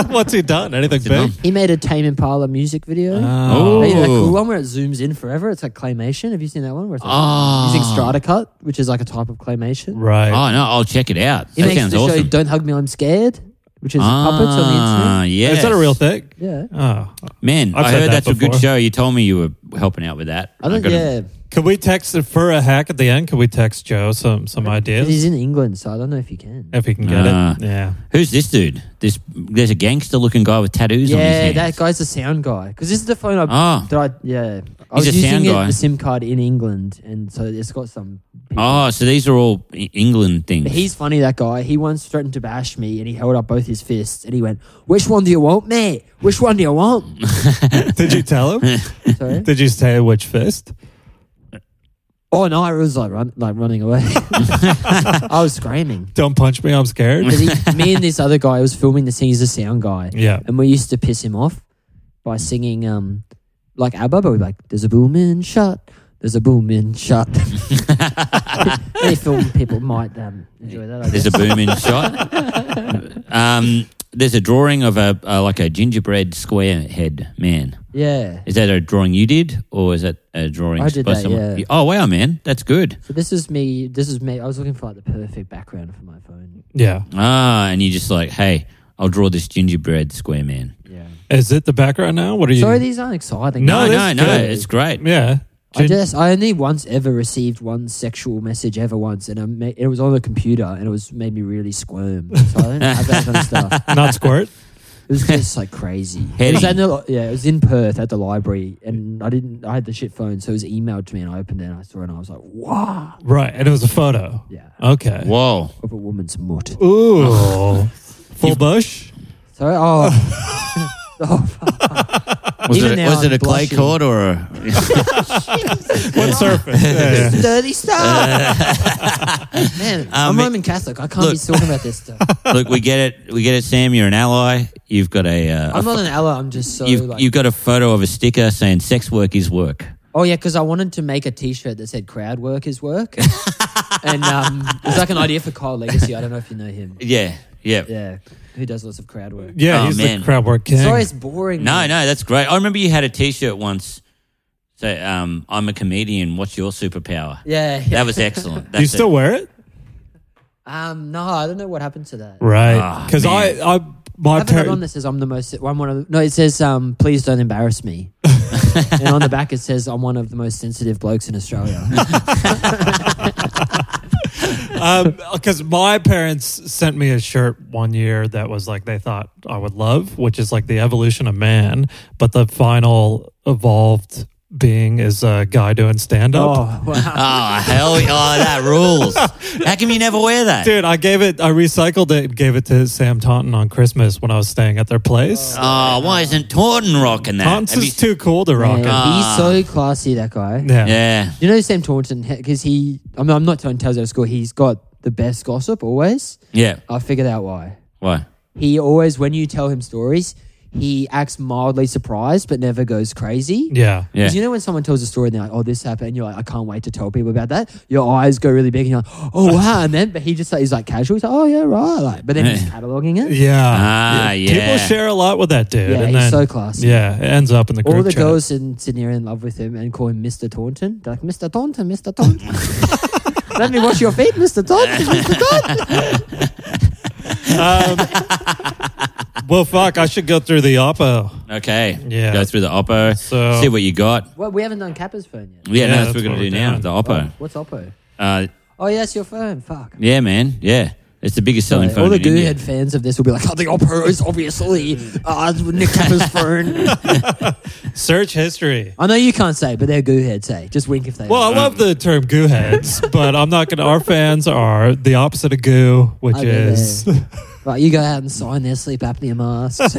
Speaker 2: What's he done? Anything
Speaker 3: he
Speaker 2: big?
Speaker 3: done?
Speaker 4: He made a Tame Impala music video.
Speaker 3: Ah.
Speaker 2: Oh.
Speaker 4: Maybe that cool
Speaker 3: Ooh.
Speaker 4: one where it zooms in forever. It's like claymation. Have you seen that one? Where it's like
Speaker 3: Ah.
Speaker 4: using strata cut, which is like a type of claymation.
Speaker 2: Right.
Speaker 3: Oh no, I'll check it out.
Speaker 4: He
Speaker 3: that
Speaker 4: makes
Speaker 3: sounds
Speaker 4: the
Speaker 3: awesome.
Speaker 4: show Don't Hug Me, I'm Scared, which is puppets
Speaker 3: ah,
Speaker 4: on
Speaker 3: yeah.
Speaker 2: Is that a real thing?
Speaker 4: the internet. Yeah.
Speaker 2: Oh.
Speaker 3: Man,
Speaker 2: I've
Speaker 3: i
Speaker 2: said
Speaker 3: heard
Speaker 2: that
Speaker 3: that's a
Speaker 2: before.
Speaker 3: good show. You told me you were helping out with that.
Speaker 4: I don't,
Speaker 3: gotta-
Speaker 4: yeah.
Speaker 2: Can we text it for a hack at the end? Can we text Joe some some
Speaker 4: But He's
Speaker 2: ideas
Speaker 4: in England, so I don't know if you can.
Speaker 2: if he can get
Speaker 3: Ah.
Speaker 2: it? Yeah.
Speaker 3: Who's this dude? This there's a gangster looking guy with tattoos on his
Speaker 4: yeah,
Speaker 3: hands.
Speaker 4: that guy's the sound guy. Because this is the phone I,
Speaker 3: Ah.
Speaker 4: that I yeah. I
Speaker 3: He's
Speaker 4: was
Speaker 3: a
Speaker 4: using
Speaker 3: sound
Speaker 4: it,
Speaker 3: guy.
Speaker 4: the SIM card in England, and so it's got some. people.
Speaker 3: Oh, so these are all E- England things.
Speaker 4: But he's funny, that guy. He once threatened to bash me, and he held up both his fists, and he went, "Which one do you want, mate? Which one do you want?"
Speaker 2: Did you tell him?
Speaker 4: Sorry.
Speaker 2: Did you say which fist?
Speaker 4: Oh no, I was like run, like running away. I was screaming.
Speaker 2: Don't punch me, I'm scared.
Speaker 4: 'Cause he- me and this other guy was filming this thing. He's a sound guy,
Speaker 2: Yeah.
Speaker 4: and we used to piss him off by singing um like ABBA, but we're like, "There's a boom in shot, there's a boom in shot." Any film people might um, enjoy that. I
Speaker 3: There's
Speaker 4: guess.
Speaker 3: a booming shot. Um, there's a drawing of a uh, like a gingerbread square head man.
Speaker 4: yeah.
Speaker 3: Is that a drawing you did, or is that a drawing
Speaker 4: I did
Speaker 3: by
Speaker 4: that,
Speaker 3: someone?
Speaker 4: yeah.
Speaker 3: Oh wow, man, that's good.
Speaker 4: So this is me. This is me. I was looking for like the perfect background for my phone.
Speaker 2: Yeah.
Speaker 3: Ah, and you're just like, hey, I'll draw this gingerbread square man.
Speaker 4: Yeah.
Speaker 2: Is it the background now? What are you?
Speaker 4: Sorry, these aren't exciting.
Speaker 2: No,
Speaker 3: No, no,
Speaker 2: that's
Speaker 3: no,
Speaker 2: good.
Speaker 3: it's great.
Speaker 2: yeah.
Speaker 4: I just I only once ever received one sexual message ever once, and I ma- it was on the computer, and it was made me really squirm. So I don't have that kind of stuff.
Speaker 2: Not squirt.
Speaker 4: It was just like crazy. It was
Speaker 3: Heady.
Speaker 4: in the, li- yeah, it was in Perth at the library, and I didn't. I had the shit phone, so it was emailed to me, and I opened it, and I saw it, and I was like, "Wow!"
Speaker 2: Right. And it was a photo.
Speaker 4: Yeah,
Speaker 2: Okay.
Speaker 3: Whoa.
Speaker 4: of a woman's mutt.
Speaker 2: Ooh. Full bush?
Speaker 4: So oh, oh fuck.
Speaker 3: Was
Speaker 4: Even
Speaker 3: it,
Speaker 4: now
Speaker 3: was it
Speaker 4: I'm
Speaker 3: a clay
Speaker 4: blushing.
Speaker 3: court or a.
Speaker 2: What surface? Yeah, yeah.
Speaker 4: dirty stuff. Man, I'm Roman Catholic. I can't be
Speaker 3: Um, look.
Speaker 4: talking about this stuff.
Speaker 3: Look, we get it. We get it, Sam. You're an ally. You've got a. Uh, a
Speaker 4: I'm not an ally. I'm just so
Speaker 3: you've,
Speaker 4: like.
Speaker 3: you've got a photo of a sticker saying sex work is work.
Speaker 4: Oh yeah, because I wanted to make a T-shirt that said "Crowd work is work," and um, it was like an idea for Kyle Legacy. I don't know if you know him.
Speaker 3: Yeah. Yeah.
Speaker 4: Yeah, who does lots of crowd work?
Speaker 2: Yeah,
Speaker 3: Oh,
Speaker 2: he's
Speaker 3: man.
Speaker 2: the crowd work king.
Speaker 4: Sorry, it's boring.
Speaker 3: No,
Speaker 4: man.
Speaker 3: no, that's great. I remember you had a t shirt once. Say, um, I'm a comedian. What's your superpower?
Speaker 4: Yeah, yeah.
Speaker 3: That was excellent.
Speaker 2: Do you
Speaker 3: That's
Speaker 2: still wear it?
Speaker 4: Um, no, I don't know what happened to that.
Speaker 2: Right.
Speaker 3: Ah,
Speaker 2: Because
Speaker 3: man.
Speaker 2: I, I,
Speaker 4: I
Speaker 2: my
Speaker 4: have another one
Speaker 2: parents.
Speaker 4: that says I'm the most. I'm one of. The, no, it says um, please don't embarrass me. and on the back it says I'm one of the most sensitive blokes in Australia.
Speaker 2: Because um, my parents sent me a shirt one year that was like they thought I would love, which is like the evolution of man, but the final evolved being is a guy doing stand up.
Speaker 4: oh wow.
Speaker 3: Oh, hell. Oh, that rules. How come you never wear that?
Speaker 2: Dude, I gave it, I recycled it and gave it to Sam Taunton on Christmas when I was staying at their place.
Speaker 3: Oh, why isn't Taunton rocking that?
Speaker 2: Taunton's
Speaker 3: Have you-
Speaker 2: is too cool to rock
Speaker 4: Man,
Speaker 2: it.
Speaker 4: he's so classy, that guy.
Speaker 2: Yeah.
Speaker 3: yeah.
Speaker 4: You know Sam Taunton because he. I mean, I'm not telling tales out of school. He's got the best gossip always.
Speaker 3: Yeah.
Speaker 4: I figured out why.
Speaker 3: Why?
Speaker 4: He always, when you tell him stories, he acts mildly surprised but never goes crazy.
Speaker 2: Yeah.
Speaker 3: Yeah.
Speaker 4: 'Cause you know when someone tells a story and they're like, "Oh, this happened," and you're like, "I can't wait to tell people about that." Your eyes go really big, and you're like, "Oh wow!" And then, but he just like he's like casual. He's like, "Oh yeah, right." Like, but then he's
Speaker 3: Yeah.
Speaker 4: cataloging it.
Speaker 2: Yeah.
Speaker 3: Ah,
Speaker 2: People
Speaker 3: yeah.
Speaker 2: share a lot with that dude.
Speaker 4: Yeah,
Speaker 2: and
Speaker 4: he's
Speaker 2: then,
Speaker 4: so classy.
Speaker 2: Yeah, it ends up in the group
Speaker 4: All the
Speaker 2: chat.
Speaker 4: girls in Sydney are in love with him and call him Mr. Taunton. They're like, "Mr. Taunton, Mr. Taunton." Let me wash your feet, Mr. Taunton, Mr. Taunton.
Speaker 2: Um, well, fuck, I should go through the oppo.
Speaker 3: Okay.
Speaker 2: Yeah.
Speaker 3: Go through the Oppo.
Speaker 2: So-
Speaker 3: see what you got.
Speaker 4: Well, we haven't done Kappa's phone yet.
Speaker 3: Yeah,
Speaker 2: Yeah,
Speaker 3: no, that's,
Speaker 2: that's
Speaker 3: what we're
Speaker 2: what
Speaker 3: gonna
Speaker 2: we're
Speaker 3: do now.
Speaker 2: doing.
Speaker 3: The Oppo.
Speaker 4: What's Oppo?
Speaker 3: Uh,
Speaker 4: Oh yeah, it's your phone. Fuck.
Speaker 3: yeah, man. Yeah, it's the biggest selling phone.
Speaker 4: All the
Speaker 3: in India.
Speaker 4: Goohead fans of this will be like, "Oh, the Oppo is obviously uh, Nick Kappa's phone."
Speaker 2: Search history.
Speaker 4: I know you can't say, but they're Goohead say. Just wink if they.
Speaker 2: Well,
Speaker 4: are.
Speaker 2: I love the term goo heads, but I'm not going to. Our fans are the opposite of goo, which
Speaker 4: I mean,
Speaker 2: is.
Speaker 4: uh, right, you go out and sign their sleep apnea masks.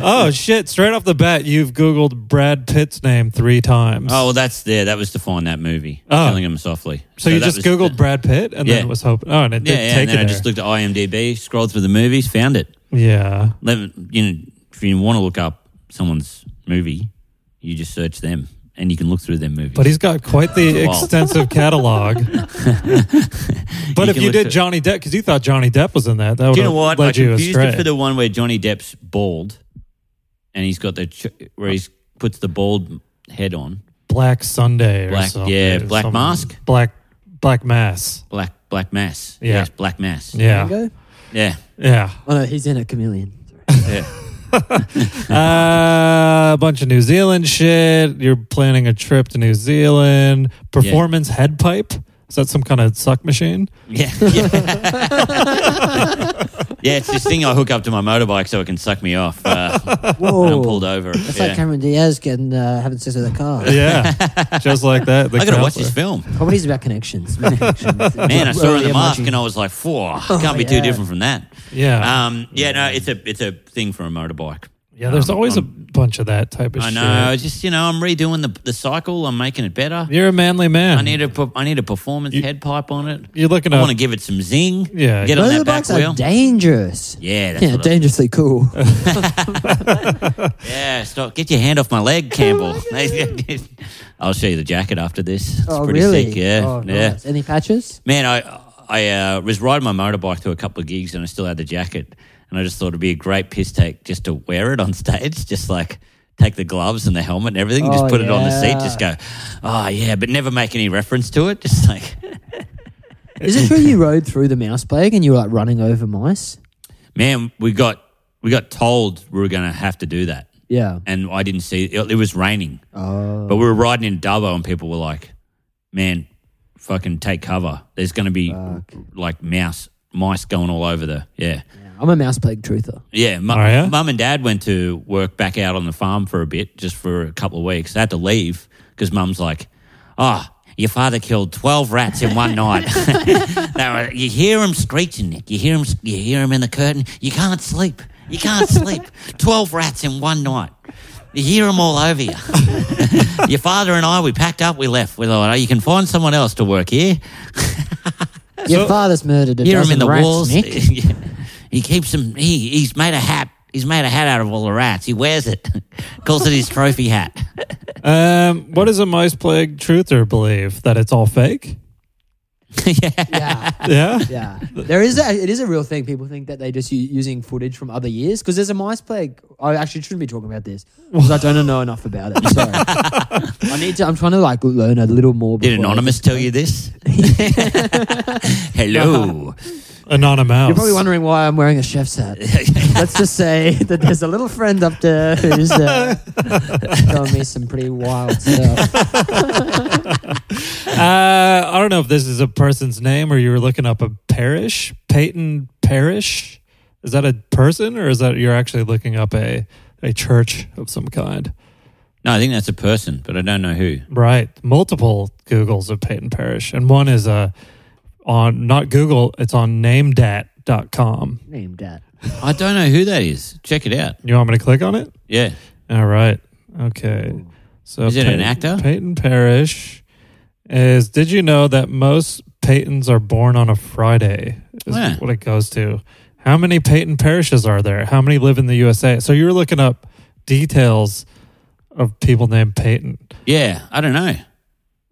Speaker 2: oh, shit. Straight off the bat, you've Googled Brad Pitt's name three times.
Speaker 3: Oh, well, that's there. That was to find that movie.
Speaker 2: Oh.
Speaker 3: Killing him softly.
Speaker 2: so, you
Speaker 3: that
Speaker 2: just
Speaker 3: was-
Speaker 2: Googled Brad Pitt and
Speaker 3: Yeah.
Speaker 2: then was hoping. Oh, and it
Speaker 3: Yeah,
Speaker 2: did
Speaker 3: yeah.
Speaker 2: take
Speaker 3: And then
Speaker 2: it.
Speaker 3: I just looked at IMDb, scrolled through the movies, found it.
Speaker 2: yeah.
Speaker 3: Let me- you know, if you want to look up someone's movie, you just search them, and you can look through their movies.
Speaker 2: But he's got quite the
Speaker 3: Wow.
Speaker 2: extensive catalog. But if
Speaker 3: can
Speaker 2: you
Speaker 3: look
Speaker 2: did
Speaker 3: to-
Speaker 2: Johnny Depp, because you thought Johnny Depp was in that, that would
Speaker 3: do you know what? I
Speaker 2: led you
Speaker 3: confused
Speaker 2: astray.
Speaker 3: it for the one where Johnny Depp's bald, and he's got the ch- where he puts the bald head on
Speaker 2: Black Sunday or
Speaker 3: Black-
Speaker 2: something.
Speaker 3: yeah, Black
Speaker 2: Some
Speaker 3: Mask?
Speaker 2: Black Black Mass.
Speaker 3: black black mass.
Speaker 2: Yeah.
Speaker 3: Yes, black mass.
Speaker 2: Yeah,
Speaker 4: Go.
Speaker 3: yeah,
Speaker 2: yeah.
Speaker 4: Oh no, he's in a chameleon.
Speaker 3: yeah.
Speaker 2: Uh, a bunch of New Zealand shit. You're planning a trip to New Zealand. Performance head pipe. Is that some kind of suck machine?
Speaker 3: Yeah. Yeah. yeah, it's this thing I hook up to my motorbike so it can suck me off uh, when I'm
Speaker 4: Whoa.
Speaker 3: pulled over.
Speaker 4: It's
Speaker 3: Yeah.
Speaker 4: like Cameron Diaz getting uh, having sex with a car.
Speaker 2: Yeah, just like that. The
Speaker 3: I gotta watch
Speaker 2: counselor.
Speaker 3: this film.
Speaker 4: Comedy's about connections. Man,
Speaker 3: Man, I saw her in the
Speaker 4: Early
Speaker 3: mask
Speaker 4: emoji.
Speaker 3: and I was like, "Four can't be
Speaker 4: yeah.
Speaker 3: too different from that."
Speaker 2: Yeah,
Speaker 3: Um, yeah, no, it's a it's a thing for a motorbike.
Speaker 2: yeah. There's
Speaker 3: um,
Speaker 2: always
Speaker 3: um,
Speaker 2: a bunch of that type of
Speaker 3: I
Speaker 2: shit.
Speaker 3: know. Just you know, I'm redoing the the cycle. I'm making it better.
Speaker 2: You're a manly man.
Speaker 3: I need a per- I need a performance head pipe on it.
Speaker 2: You're looking
Speaker 3: I
Speaker 2: up.
Speaker 3: want to give it some zing.
Speaker 2: Yeah.
Speaker 3: get on that back
Speaker 4: Motorbikes
Speaker 3: wheel.
Speaker 4: are dangerous.
Speaker 3: yeah, that's
Speaker 4: Yeah,
Speaker 3: what I-
Speaker 4: dangerously cool.
Speaker 3: yeah. Stop. Get your hand off my leg, Campbell. I'll show you the jacket after this. It's
Speaker 4: oh,
Speaker 3: pretty
Speaker 4: really?
Speaker 3: sick. Yeah,
Speaker 4: Oh,
Speaker 3: yeah.
Speaker 4: nice. Any patches?
Speaker 3: Man, I I uh, was riding my motorbike to a couple of gigs and I still had the jacket, and I just thought it'd be a great piss take just to wear it on stage, just like take the gloves and the helmet and everything, just
Speaker 4: Oh,
Speaker 3: put it on the seat,
Speaker 4: yeah.
Speaker 3: just go, oh yeah, but never make any reference to it, just like.
Speaker 4: Is it true you rode through the mouse plague and you were like running over mice?
Speaker 3: man, we got we got told we were going to have to do that,
Speaker 4: Yeah.
Speaker 3: and I didn't see it. It was raining,
Speaker 4: Oh.
Speaker 3: but we were riding in Dubbo, and people were like, "Man, fucking take cover! There's going to be like mouse mice going all over the yeah."
Speaker 4: I'm a mouse plague truther.
Speaker 3: Yeah, mu-
Speaker 2: Oh, yeah?
Speaker 3: mum and dad went to work back out on the farm for a bit, just for a couple of weeks. They had to leave because mum's like, "Oh, your father killed twelve rats in one night." They were- you hear him screeching, Nick. You hear him. You hear him in the curtain. You can't sleep. You can't sleep. twelve rats in one night. You hear them all over you. your father and I, we packed up, we left. We thought, oh, you can find someone else to work here.
Speaker 4: Your father's murdered a
Speaker 3: Hear him in
Speaker 4: dozen
Speaker 3: the
Speaker 4: rats,
Speaker 3: walls.
Speaker 4: Nick.
Speaker 3: Yeah. he keeps him. He he's made a hat. He's made a hat out of all the rats. He wears it. Calls it his trophy hat.
Speaker 2: Um, what does a mouse plague truther believe that it's all fake?
Speaker 4: Yeah.
Speaker 2: Yeah,
Speaker 4: Yeah, there is a, it is a real thing. People think that they just u- using footage from other years because there's a mice plague. I actually shouldn't be talking about this because I don't know enough about it. Sorry, I need to. I'm trying to like learn a little more.
Speaker 3: Did
Speaker 4: before I-
Speaker 3: anonymous tell you this? Hello.
Speaker 2: anonymous.
Speaker 4: You're probably wondering why I'm wearing a chef's hat. Let's just say that there's a little friend up there who's uh, telling me some pretty wild stuff.
Speaker 2: Uh, I don't know if this is a person's name or you were looking up a parish. Peyton Parish. Is that a person or is that you're actually looking up a, a church of some kind?
Speaker 3: No, I think that's a person, but I don't know who.
Speaker 2: Right. Multiple Googles of Peyton Parish. And one is uh, on not Google, it's on namedat.com.
Speaker 4: Named that.
Speaker 3: I don't know who that is. Check it out.
Speaker 2: You want me to click on it?
Speaker 3: Yeah.
Speaker 2: All right. Okay. So
Speaker 3: Is it an actor?
Speaker 2: Peyton Parrish is. Did you know that most Peytons are born on a Friday? Is
Speaker 3: Yeah.
Speaker 2: what it goes to. How many Peyton Parishes are there? How many live in the USA? So you're looking up details of people named Peyton.
Speaker 3: Yeah. I don't know.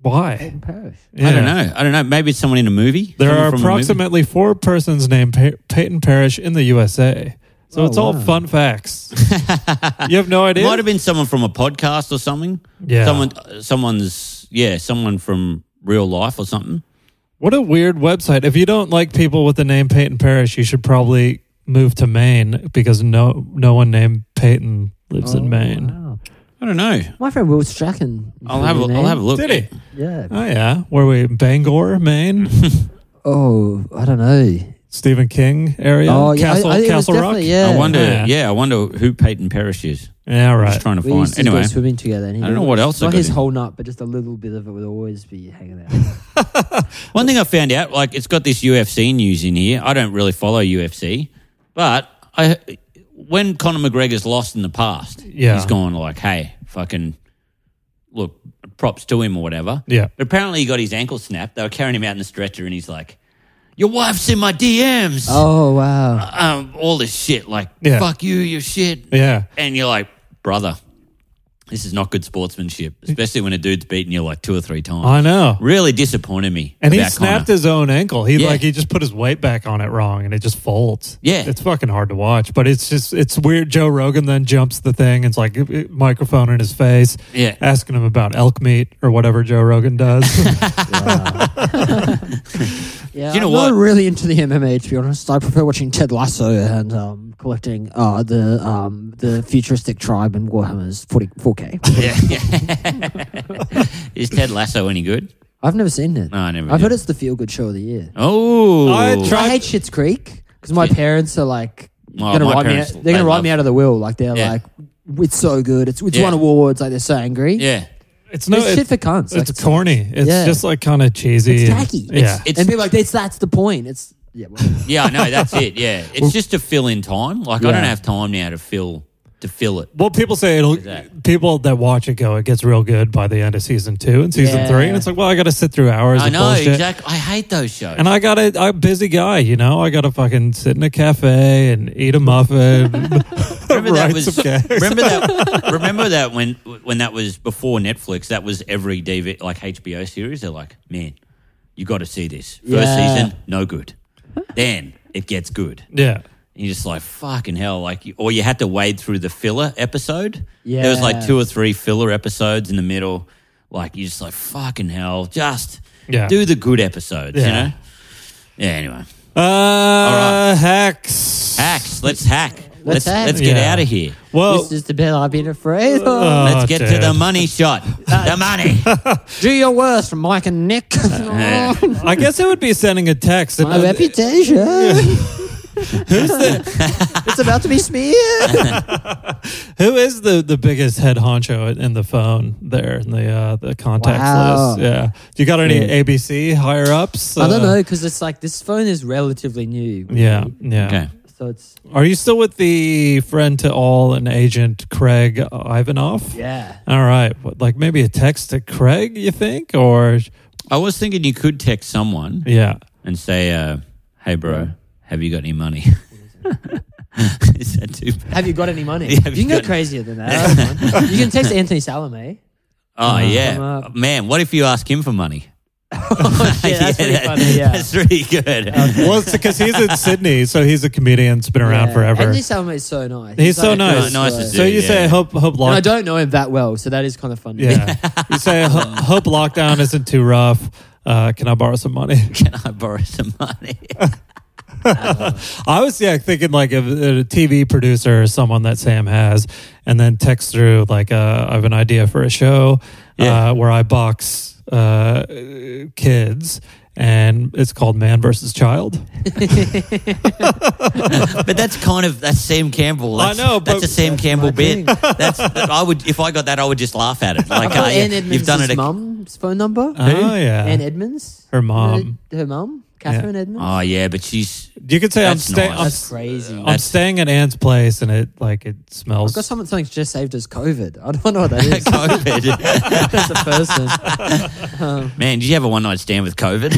Speaker 2: Why?
Speaker 4: Parish.
Speaker 3: I
Speaker 2: Yeah.
Speaker 3: don't know. I don't know. Maybe it's someone in a movie.
Speaker 2: There
Speaker 3: Someone
Speaker 2: are
Speaker 3: from a movie?
Speaker 2: approximately four persons named pa- Peyton Parish in the USA. So
Speaker 4: Oh,
Speaker 2: it's all
Speaker 4: wow.
Speaker 2: fun facts. you have no
Speaker 3: It
Speaker 2: idea.
Speaker 3: might have been someone from a podcast or something.
Speaker 2: Yeah.
Speaker 3: Someone, someone's, yeah, someone from real life or something.
Speaker 2: What a weird website. If you don't like people with the name Peyton Parrish, you should probably move to Maine because no no one named Peyton lives in Maine.
Speaker 4: Oh, Wow.
Speaker 3: I don't know.
Speaker 4: My friend Will Strachan.
Speaker 3: I'll have a,
Speaker 4: Name?
Speaker 3: I'll have a look.
Speaker 2: Did he?
Speaker 4: Yeah.
Speaker 2: Oh yeah. Were we Bangor, Maine?
Speaker 4: Oh, I don't know.
Speaker 2: Stephen King area?
Speaker 4: Oh, yeah, I-
Speaker 2: Castle
Speaker 4: I think it was
Speaker 2: Castle Rock?
Speaker 4: definitely- yeah.
Speaker 3: I wonder.
Speaker 2: Yeah.
Speaker 3: Yeah. I wonder who Peyton Parrish is.
Speaker 2: Yeah,
Speaker 3: I'm
Speaker 2: right.
Speaker 3: just trying to
Speaker 4: We used
Speaker 3: find.
Speaker 4: to go
Speaker 3: Anyway,
Speaker 4: swimming together. And he
Speaker 3: I don't know
Speaker 4: would-
Speaker 3: what else I
Speaker 4: Not
Speaker 3: got
Speaker 4: his
Speaker 3: in.
Speaker 4: whole nut, but just a little bit of it would always be hanging out.
Speaker 3: one thing I found out, like it's got this UFC news in here. I don't really follow UFC, but I when Conor McGregor's lost in the past,
Speaker 2: Yeah.
Speaker 3: he's gone like, hey, fucking look, props to him or whatever.
Speaker 2: Yeah.
Speaker 3: But apparently he got his ankle snapped. They were carrying him out in the stretcher, and he's like, "Your wife's in my DMs."
Speaker 4: oh wow!
Speaker 3: Um, all this shit, like,
Speaker 2: Yeah.
Speaker 3: "Fuck you, you shit,"
Speaker 2: Yeah.
Speaker 3: and you're like, "Brother, This is not good sportsmanship, especially when a dude's beaten you like two or three times.
Speaker 2: I know.
Speaker 3: Really disappointed me.
Speaker 2: And he
Speaker 3: about
Speaker 2: snapped
Speaker 3: Connor.
Speaker 2: his own ankle. He
Speaker 3: Yeah.
Speaker 2: like he just put his weight back on it wrong, and it just folds.
Speaker 3: Yeah.
Speaker 2: it's fucking hard to watch, but it's just it's weird. Joe Rogan then jumps the thing. It's like it- it- microphone in his face.
Speaker 3: Yeah.
Speaker 2: asking him about elk meat or whatever Joe Rogan does.
Speaker 4: Yeah,
Speaker 3: Do you know
Speaker 4: I'm
Speaker 3: what?
Speaker 4: not really into the MMA to be honest. I prefer watching Ted Lasso and um, collecting uh, the um, the futuristic tribe and Warhammer's 40, 4K.
Speaker 3: Yeah. is Ted Lasso any good?
Speaker 4: I've never seen it.
Speaker 3: No, I never
Speaker 4: I've
Speaker 3: did.
Speaker 4: heard it's the feel good show of the year.
Speaker 3: Oh,
Speaker 2: I tried-
Speaker 4: I hate Shit's Creek because my parents are like
Speaker 3: Oh,
Speaker 4: gonna
Speaker 3: my
Speaker 4: write me. Out,
Speaker 3: parents,
Speaker 4: they're gonna
Speaker 3: they
Speaker 4: write
Speaker 3: love-
Speaker 4: me out of the will. Like they're
Speaker 3: Yeah.
Speaker 4: like, it's so good. It's it's
Speaker 3: Yeah.
Speaker 4: won awards. Like they're so angry.
Speaker 3: Yeah.
Speaker 2: it's no
Speaker 4: It's
Speaker 2: it-
Speaker 4: shit for cunts. Like,
Speaker 2: It's corny. It's
Speaker 4: Yeah.
Speaker 2: just like kind of cheesy.
Speaker 4: It's
Speaker 2: and-
Speaker 4: tacky.
Speaker 2: Yeah.
Speaker 3: It's
Speaker 4: and people are like it's that's the point. It's yeah. well,
Speaker 3: yeah, I know that's it. Yeah, it's just to fill in time. Like I don't have time now to fill to fill it.
Speaker 2: well, people say it'll.
Speaker 3: Exactly.
Speaker 2: People that watch it go, it gets real good by the end of season two and season
Speaker 4: Yeah.
Speaker 2: three, and it's like, well, I got to sit through hours.
Speaker 3: I
Speaker 2: of
Speaker 3: know
Speaker 2: bullshit.
Speaker 3: exactly. I hate those shows.
Speaker 2: And I got a, I'm a busy guy, you know. I got to fucking sit in a cafe and eat a muffin,
Speaker 3: remember that
Speaker 2: write
Speaker 3: was
Speaker 2: some gags.
Speaker 3: remember that remember that when when that was before Netflix. That was every DV like HBO series. They're like, man, you got to see this. First
Speaker 4: Yeah.
Speaker 3: season, no good. Then it gets good.
Speaker 2: yeah,
Speaker 3: And you're just like fucking hell, like you, or you had to wade through the filler episode. there was like
Speaker 4: Yeah.
Speaker 3: two or three filler episodes in the middle. Like you're just like fucking hell, just
Speaker 2: Yeah.
Speaker 3: do the good episodes, you
Speaker 2: Yeah.
Speaker 3: know. Yeah. Anyway,
Speaker 2: uh,
Speaker 3: right.
Speaker 2: hacks,
Speaker 3: hacks. Let's hack. Let's let's,
Speaker 4: hack.
Speaker 3: get
Speaker 2: Yeah.
Speaker 3: out of here.
Speaker 2: Well,
Speaker 4: this is the bit I've been afraid of.
Speaker 2: Oh. Uh,
Speaker 3: Let's
Speaker 2: Oh,
Speaker 3: get to
Speaker 2: dude.
Speaker 3: the money shot. the money.
Speaker 4: Do your worst from Mike and Nick.
Speaker 3: Yeah.
Speaker 2: I guess it would be sending a text. Uh,
Speaker 4: My reputation. it's about to be smeared.
Speaker 2: Who is the, the biggest head honcho in the phone there in the uh, the contacts
Speaker 4: Wow.
Speaker 2: list? Yeah, do you got any
Speaker 4: Yeah.
Speaker 2: ABC higher ups? Uh,
Speaker 4: I don't know because it's like this phone is relatively new.
Speaker 2: Yeah, yeah.
Speaker 3: Okay.
Speaker 4: So it's
Speaker 2: Are you still with the friend to all and agent Craig Ivanov?
Speaker 4: yeah.
Speaker 2: All right. What, like maybe a text to Craig, you think? Or,
Speaker 3: I was thinking you could text someone
Speaker 2: yeah.
Speaker 3: and say, uh, "Hey, bro, have you got any money?" Is that too bad?
Speaker 4: Have you got any money?
Speaker 3: Yeah, have you
Speaker 4: you can go
Speaker 3: got-
Speaker 4: crazier than that. That's fine. you can text Anthony Salome.
Speaker 3: Oh
Speaker 4: come
Speaker 3: yeah,
Speaker 4: up.
Speaker 3: man. What if you ask him for money?
Speaker 4: Yeah, that's pretty funny. Yeah.
Speaker 3: that's really good.
Speaker 2: Well, it's because he's in Sydney, so he's a comedian, has been around
Speaker 4: Yeah.
Speaker 2: forever.
Speaker 4: Anthony
Speaker 2: He's,
Speaker 4: Salome is so nice.
Speaker 2: so
Speaker 4: like-
Speaker 2: nice.
Speaker 3: nice as
Speaker 2: so
Speaker 3: dude,
Speaker 2: you say,
Speaker 3: yeah.
Speaker 2: hope, hope
Speaker 4: And I
Speaker 2: lockdown.
Speaker 4: don't know him that well, so that is kind of funny.
Speaker 2: Yeah. you say, "Ho- hope lockdown isn't too rough. Uh, can I borrow some money?
Speaker 3: Can I borrow some money?
Speaker 2: I was yeah thinking like of uh, a TV producer or someone that Sam has, and then text through like uh, I have an idea for a show
Speaker 3: Yeah.
Speaker 2: uh, where I box uh, kids, and it's called Man versus Child.
Speaker 3: but that's kind of that's Sam Campbell.
Speaker 2: I
Speaker 3: That's,
Speaker 2: know, but-
Speaker 3: that's a Sam
Speaker 4: That's
Speaker 3: Campbell
Speaker 4: my
Speaker 3: bit.
Speaker 4: thing.
Speaker 3: That's that I would if I got that, I would just laugh at it. Like, uh,
Speaker 4: Got Ann
Speaker 3: yeah,
Speaker 4: Edmonds'
Speaker 3: you've done it. a-
Speaker 4: mum's phone number.
Speaker 2: Oh yeah,
Speaker 4: Ann Edmonds.
Speaker 2: her mom.
Speaker 4: Her, her mum, Catherine Edmonds.
Speaker 3: Oh yeah, but she's
Speaker 2: You could say I'm,
Speaker 3: That's
Speaker 2: staying.
Speaker 3: nice.
Speaker 2: I'm,
Speaker 4: That's crazy.
Speaker 2: I'm staying at Ann's place, and it like it
Speaker 4: I've got
Speaker 2: smells.
Speaker 4: someone something's just saved as COVID. I don't know what that is.
Speaker 3: COVID.
Speaker 4: That's a person.
Speaker 3: Man, did you have a one night stand with COVID?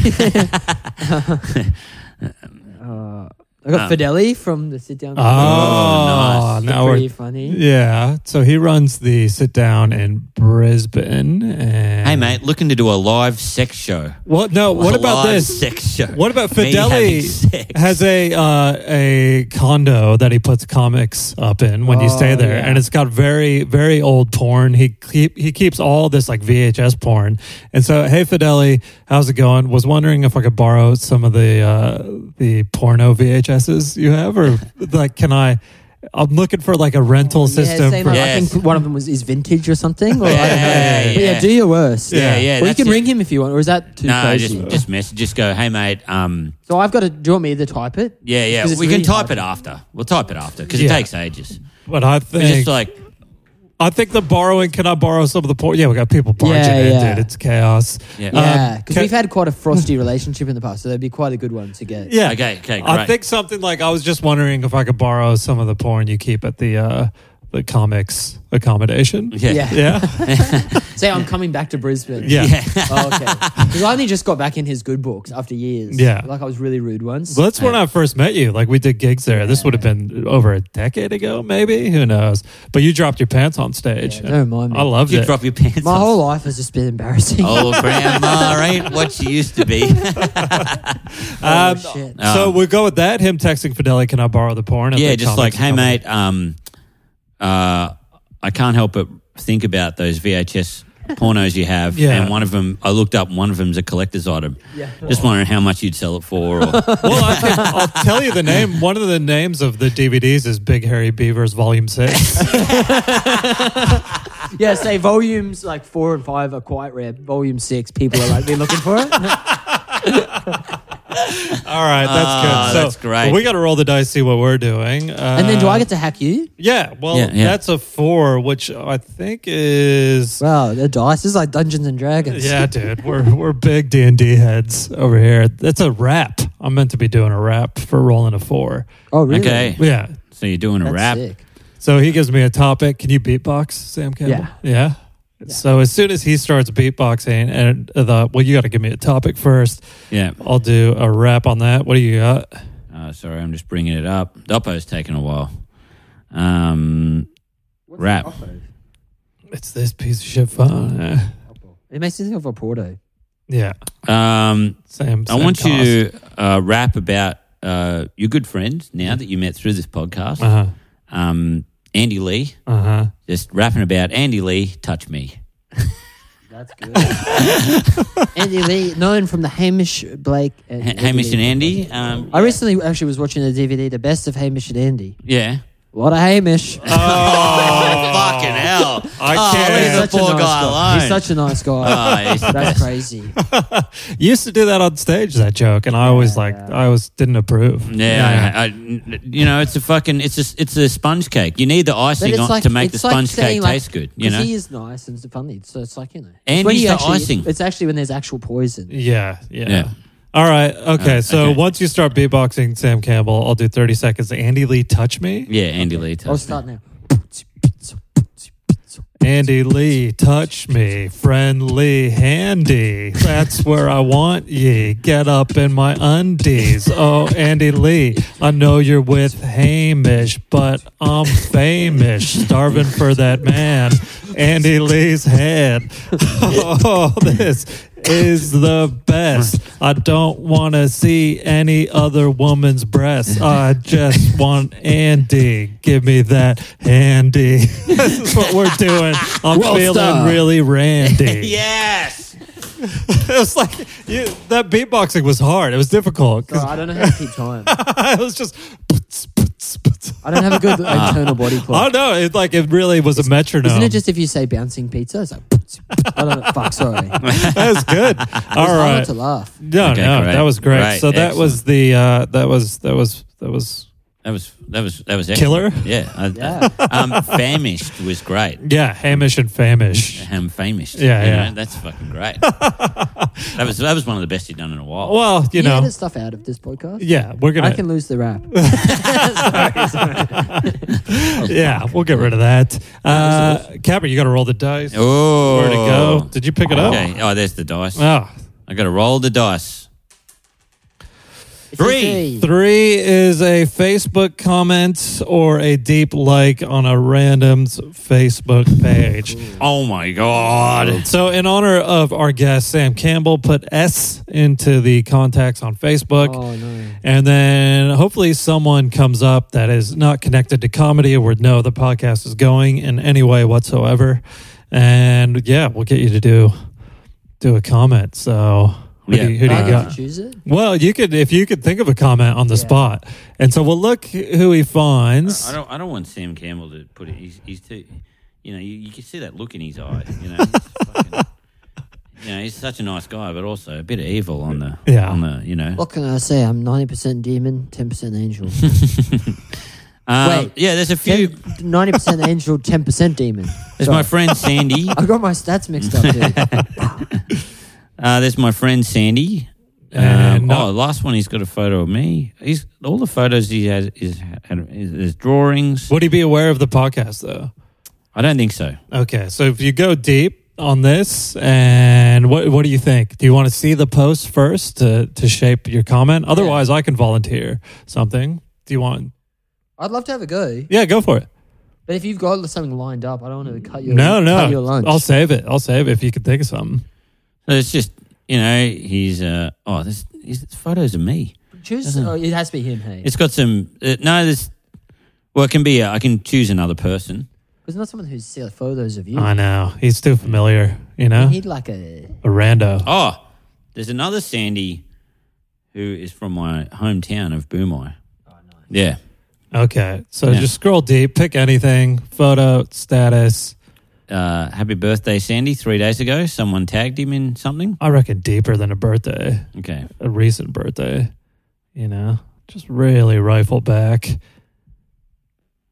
Speaker 4: I got Fideli from the sit down.
Speaker 2: Oh,
Speaker 3: nice.
Speaker 2: now
Speaker 4: pretty
Speaker 2: we're
Speaker 4: funny.
Speaker 2: yeah. So he runs the sit down in Brisbane. And
Speaker 3: hey, mate, looking to do a live sex show.
Speaker 2: What? No. What
Speaker 3: A
Speaker 2: about
Speaker 3: live
Speaker 2: this?
Speaker 3: sex show?
Speaker 2: What about
Speaker 3: Me having
Speaker 2: Fideli
Speaker 3: sex.
Speaker 2: has a uh, a condo that he puts comics up in when you stay
Speaker 4: Oh,
Speaker 2: there,
Speaker 4: yeah.
Speaker 2: and it's got very very old porn. He keep, he keeps all this like VHS porn, and so hey Fideli, how's it going? Was wondering if I could borrow some of the uh, the porno VHSs you have, or like can I? I'm looking for like a rental
Speaker 4: Oh, Yeah,
Speaker 2: system.
Speaker 4: same
Speaker 2: for,
Speaker 4: like, I
Speaker 3: Yes.
Speaker 4: think one of them was is vintage or something. Or I don't know.
Speaker 3: Yeah,
Speaker 4: But yeah,
Speaker 3: yeah.
Speaker 4: do your worst.
Speaker 2: Yeah,
Speaker 3: yeah,
Speaker 4: Or you
Speaker 3: that's
Speaker 4: can
Speaker 3: it.
Speaker 4: ring him if you want, or is that too
Speaker 3: No,
Speaker 4: crazy?
Speaker 3: just just message. Just go. Hey, mate. Um,
Speaker 4: so I've got to. Do you want me to type it?
Speaker 3: yeah, yeah.
Speaker 4: Because
Speaker 3: We
Speaker 4: it's
Speaker 3: can
Speaker 4: really
Speaker 3: type
Speaker 4: hard.
Speaker 3: it after. We'll type it after because it
Speaker 2: Yeah.
Speaker 3: takes ages.
Speaker 2: but I
Speaker 3: We're
Speaker 2: think
Speaker 3: just like
Speaker 2: I think the borrowing. Can I borrow some of the porn? Yeah, we got people barging
Speaker 4: Yeah,
Speaker 2: in,
Speaker 4: yeah.
Speaker 2: dude. It's chaos.
Speaker 3: Yeah.
Speaker 2: Um,
Speaker 4: Yeah, because
Speaker 2: ca-
Speaker 4: we've had quite a frosty relationship in the past, so that'd be quite a good one to get.
Speaker 2: Yeah.
Speaker 3: Okay, okay,
Speaker 2: I
Speaker 3: great.
Speaker 2: think something like I was just wondering if I could borrow some of the porn you keep at the uh, the comics accommodation.
Speaker 3: Yeah.
Speaker 4: Yeah.
Speaker 2: Yeah.
Speaker 4: Say, I'm coming back to Brisbane.
Speaker 2: Yeah.
Speaker 4: Oh, okay. Because I only just got back in his good books after years.
Speaker 2: Yeah.
Speaker 4: Like I was really rude once.
Speaker 2: Well, that's when I first met you. Like we did gigs there. This would have been over a decade ago, maybe. Who knows? But you dropped your pants on stage.
Speaker 4: Yeah, don't mind me.
Speaker 2: I loved
Speaker 3: You
Speaker 2: it.
Speaker 3: drop your pants.
Speaker 4: My
Speaker 3: on-
Speaker 4: whole life has just been embarrassing.
Speaker 3: Oh, grandma ain't what she used to be.
Speaker 2: Um,
Speaker 4: shit.
Speaker 2: so
Speaker 3: Um,
Speaker 2: we'll go with that. Him texting Fidelli, can I borrow the porn? at
Speaker 3: yeah,
Speaker 2: the
Speaker 3: just like,
Speaker 2: comics
Speaker 3: hey,
Speaker 2: company."
Speaker 3: mate, um, uh, I can't help but think about those VHS pornos you have.
Speaker 2: Yeah.
Speaker 3: And one of them, I looked up, one of them's a collector's item. Yeah. Just wondering how much you'd sell it for. Or,
Speaker 2: Well, I can, I'll tell you the name. One of the names of the DVDs is Big Harry Beavers Volume Six.
Speaker 4: Yeah, say volumes like four and five are quite rare. Volume six, people are like, been looking for
Speaker 2: All
Speaker 4: it.
Speaker 2: right, that's
Speaker 3: Ah,
Speaker 2: good. So
Speaker 3: that's great.
Speaker 2: We got to roll the dice, see what we're doing. Uh,
Speaker 4: And then do I get to hack you?
Speaker 2: Yeah. Well,
Speaker 3: Yeah, yeah.
Speaker 2: that's a four, which I think is.
Speaker 4: Wow, the dice is like Dungeons and Dragons.
Speaker 2: Yeah, dude, we're we're big D and D heads over here. That's a rap. I'm meant to be doing a rap for rolling a four.
Speaker 4: Oh, really?
Speaker 3: okay.
Speaker 2: Yeah.
Speaker 3: So you're doing a
Speaker 4: That's
Speaker 3: rap.
Speaker 4: sick.
Speaker 2: So he gives me a topic. Can you beatbox, Sam Campbell? Yeah. So as soon as he starts beatboxing, and the well, you got to give me a topic first.
Speaker 3: Yeah.
Speaker 2: I'll do a rap on that. What do you got?
Speaker 3: Uh, sorry, I'm just bringing it up. Doppo's taken a while. Um, rap.
Speaker 2: It's this piece of shit phone. Yeah.
Speaker 4: It makes me think of a Porto.
Speaker 2: Yeah.
Speaker 3: Um,
Speaker 2: Same.
Speaker 3: I
Speaker 2: same
Speaker 3: want
Speaker 2: cost.
Speaker 3: you to uh, rap about uh, your good friend now that you met through this podcast,
Speaker 2: Uh huh.
Speaker 3: um, Andy Lee.
Speaker 2: Uh huh.
Speaker 3: Just rapping about Andy Lee, touch me.
Speaker 4: That's good. Andy Lee, known from the Hamish Blake and
Speaker 3: H- Hamish and Andy. Um,
Speaker 4: I recently actually was watching the DVD, The Best of Hamish and Andy.
Speaker 3: yeah.
Speaker 4: A lot of Hamish.
Speaker 3: Oh, Fucking hell.
Speaker 2: Oh. I
Speaker 3: Oh,
Speaker 2: can't.
Speaker 3: leave the poor
Speaker 4: nice
Speaker 3: guy
Speaker 4: guy.
Speaker 3: alone.
Speaker 4: He's such a nice guy.
Speaker 3: Oh, he's the
Speaker 4: That's
Speaker 3: best.
Speaker 4: crazy.
Speaker 2: You used to do that on stage, that joke, and I always like, I always didn't approve.
Speaker 3: Yeah, I, I, you know, it's a fucking, it's a, it's a sponge cake. You need the
Speaker 4: But
Speaker 3: icing
Speaker 4: it's
Speaker 3: on,
Speaker 4: like-
Speaker 3: to make the
Speaker 4: it's like
Speaker 3: sponge
Speaker 4: saying,
Speaker 3: cake
Speaker 4: like-
Speaker 3: taste good. You
Speaker 4: 'cause
Speaker 3: know,
Speaker 4: he is nice and it's funny. So it's like you know,
Speaker 3: And
Speaker 4: it's when
Speaker 3: he's
Speaker 4: you
Speaker 3: the
Speaker 4: actually,
Speaker 3: icing.
Speaker 4: It's actually when there's actual poison.
Speaker 2: Yeah. Yeah.
Speaker 3: Yeah.
Speaker 2: All right. Okay.
Speaker 3: Uh,
Speaker 2: so
Speaker 3: okay.
Speaker 2: once you start beatboxing, Sam Campbell, I'll do 30 seconds. Andy Lee, touch me.
Speaker 3: yeah, Andy Lee. touch
Speaker 4: I'll
Speaker 3: me.
Speaker 4: start now.
Speaker 2: Andy Lee, touch me. Friendly, handy. That's where I want ye. Get up in my undies. Oh, Andy Lee, I know you're with Hamish, but I'm famish. Starving for that man. Andy Lee's head. Oh, this is the best. I don't want to see any other woman's breasts. I just want Andy. Give me that handy. this is what we're doing. I'm
Speaker 4: Well
Speaker 2: feeling
Speaker 4: done.
Speaker 2: really randy.
Speaker 3: Yes.
Speaker 2: It was like you, that beatboxing was hard. It was difficult
Speaker 4: Sorry,
Speaker 2: 'cause
Speaker 4: I don't know how to keep time.
Speaker 2: it was just.
Speaker 4: I don't have a good internal body
Speaker 2: I
Speaker 4: clock.
Speaker 2: know. It like it really was a metronome.
Speaker 4: Isn't it just if you say bouncing pizza? It's like I don't know. Fuck, sorry. All right.
Speaker 2: that was good. All right.
Speaker 4: to laugh.
Speaker 2: No,
Speaker 3: Okay,
Speaker 2: no,
Speaker 3: great.
Speaker 2: that was great.
Speaker 3: Great,
Speaker 2: So that was the uh, that was that was that was
Speaker 3: That was that was that was
Speaker 2: Killer?
Speaker 3: excellent. Yeah, I,
Speaker 4: Yeah.
Speaker 3: I- um, famished was great.
Speaker 2: yeah, Hamish and Famish.
Speaker 3: Ham famished.
Speaker 2: Yeah,
Speaker 3: you
Speaker 2: yeah.
Speaker 3: know, that's fucking great. that was that was one of the best you've done in a while.
Speaker 2: Well, you
Speaker 4: You know,
Speaker 2: know,
Speaker 4: edit stuff out of this podcast.
Speaker 2: yeah, we're
Speaker 4: I
Speaker 2: gonna
Speaker 4: can lose the rap.
Speaker 2: yeah, we'll get rid of that. Uh, Capper, you got to roll the dice.
Speaker 3: oh,
Speaker 2: Where to go? Did you pick it up?
Speaker 3: Okay. Oh, there's the dice.
Speaker 2: Oh,
Speaker 3: I got to roll the dice. Three.
Speaker 2: three is a Facebook comment or a deep like on a random's Facebook page.
Speaker 3: Oh my god.
Speaker 2: So, in honor of our guest Sam Campbell, put S into the contacts on Facebook.
Speaker 4: Oh no.
Speaker 2: And then hopefully someone comes up that is not connected to comedy or would know the podcast is going in any way whatsoever. And yeah, we'll get you to do do a comment. So who do
Speaker 3: Yeah.
Speaker 2: you, who do you
Speaker 4: I get to
Speaker 2: got?
Speaker 4: choose it.
Speaker 2: Well, you could if you could think of a comment on the
Speaker 4: Yeah.
Speaker 2: spot. And so we'll look who he
Speaker 3: I
Speaker 2: finds.
Speaker 3: don't. I don't want Sam Campbell to put it. He's, he's too. You know, you, you can see that look in his eye. You know, It's fucking- you know, he's such a nice guy, but also a bit of evil on the.
Speaker 2: Yeah.
Speaker 3: On the. You know.
Speaker 4: What can I say? I'm 90% demon, 10% angel.
Speaker 3: Um,
Speaker 4: wait.
Speaker 3: Yeah, there's a few.
Speaker 4: Ten- 90% angel, 10% demon.
Speaker 3: There's my friend Sandy.
Speaker 4: I got my stats mixed up, dude.
Speaker 3: Uh, there's my friend Sandy.
Speaker 2: And
Speaker 3: Um,
Speaker 2: not-
Speaker 3: oh, last one, he's got a photo of me. He's all the photos he has is, is, is drawings.
Speaker 2: would he be aware of the podcast though?
Speaker 3: I don't think so.
Speaker 2: Okay, so if you go deep on this, and what what do you think? Do you want to see the post first to to shape your comment? Otherwise, I can volunteer something. Do you want?
Speaker 4: I'd love to have a go,
Speaker 2: Yeah, go for it.
Speaker 4: but if you've got something lined up, I don't want to cut your
Speaker 2: No,
Speaker 4: cut your
Speaker 2: no,
Speaker 4: lunch.
Speaker 2: I'll save it. I'll save it if you can think of something.
Speaker 3: So it's just you know he's uh, oh this is photos of me.
Speaker 4: Choose. Oh, it has to be him, hey.
Speaker 3: It's got some uh, no this well it can be uh, I can choose another person.
Speaker 4: Because not someone who's seen photos of you.
Speaker 2: I know he's too familiar. You know,
Speaker 4: He'd like a.
Speaker 2: a rando.
Speaker 3: Oh, there's another Sandy who is from my hometown of Boomai.
Speaker 4: Oh,
Speaker 3: Yeah.
Speaker 2: Okay, so
Speaker 3: Yeah.
Speaker 2: just scroll deep, pick anything, photo, status.
Speaker 3: Uh, happy birthday, Sandy. Three days ago, someone tagged him in something.
Speaker 2: I reckon deeper than a birthday,
Speaker 3: Okay.
Speaker 2: a recent birthday. You know, just really rifle back.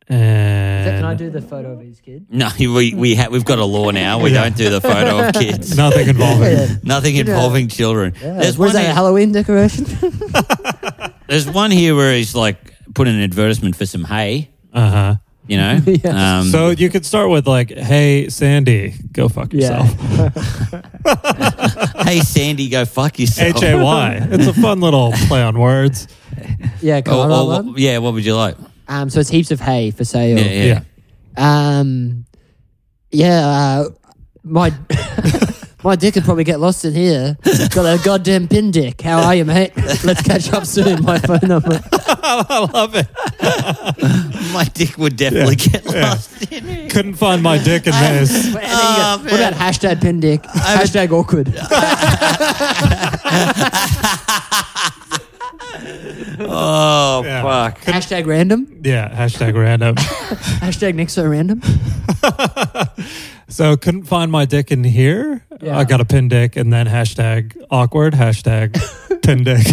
Speaker 2: And
Speaker 4: Zach, can I do the photo of his kid?
Speaker 3: No, we we ha- we've got a law now. We
Speaker 2: Yeah.
Speaker 3: don't do the photo of kids.
Speaker 2: nothing involving?
Speaker 3: Nothing involving children. There's
Speaker 4: What
Speaker 3: one.
Speaker 4: is that, a
Speaker 3: Here,
Speaker 4: Halloween decoration?
Speaker 3: there's one here where he's like put an advertisement for some hay.
Speaker 2: Uh huh.
Speaker 3: You know.
Speaker 4: Yeah.
Speaker 3: um,
Speaker 2: So you could start with like, "Hey Sandy, go fuck yourself."
Speaker 3: hey, Sandy, go fuck yourself.
Speaker 2: H A Y. It's a fun little play on words.
Speaker 4: yeah,
Speaker 2: Oh,
Speaker 4: can
Speaker 3: Or-
Speaker 4: I
Speaker 3: or
Speaker 4: roll
Speaker 3: Oh, what-
Speaker 4: one?
Speaker 3: yeah. What would you like?
Speaker 4: Um, so it's heaps of hay for sale.
Speaker 3: Yeah. Yeah.
Speaker 2: Yeah.
Speaker 4: Um, yeah, uh, my my dick could probably get lost in here. Got a goddamn pin dick. How are you, mate? Let's catch up soon. My phone number.
Speaker 2: I love it.
Speaker 3: My dick would definitely
Speaker 2: Yeah.
Speaker 3: get lost in it.
Speaker 2: Couldn't find my dick in this.
Speaker 4: And then you
Speaker 3: Ah,
Speaker 4: go, what about hashtag pin dick? hashtag awkward.
Speaker 3: Oh
Speaker 2: Yeah.
Speaker 3: fuck.
Speaker 4: hashtag random.
Speaker 2: Yeah. Hashtag random.
Speaker 4: Hashtag next so random.
Speaker 2: So couldn't find my dick in here.
Speaker 4: Yeah.
Speaker 2: I got a pin dick, and then hashtag awkward hashtag pin dick.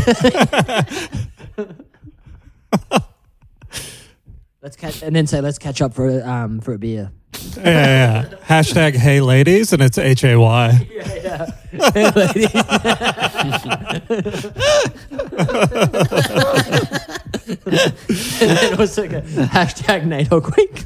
Speaker 4: Let's catch and then say let's catch up for a, um for a beer.
Speaker 2: yeah, yeah, yeah. Hashtag hey ladies, and it's H A Y.
Speaker 4: and then also go, hashtag NATO quick.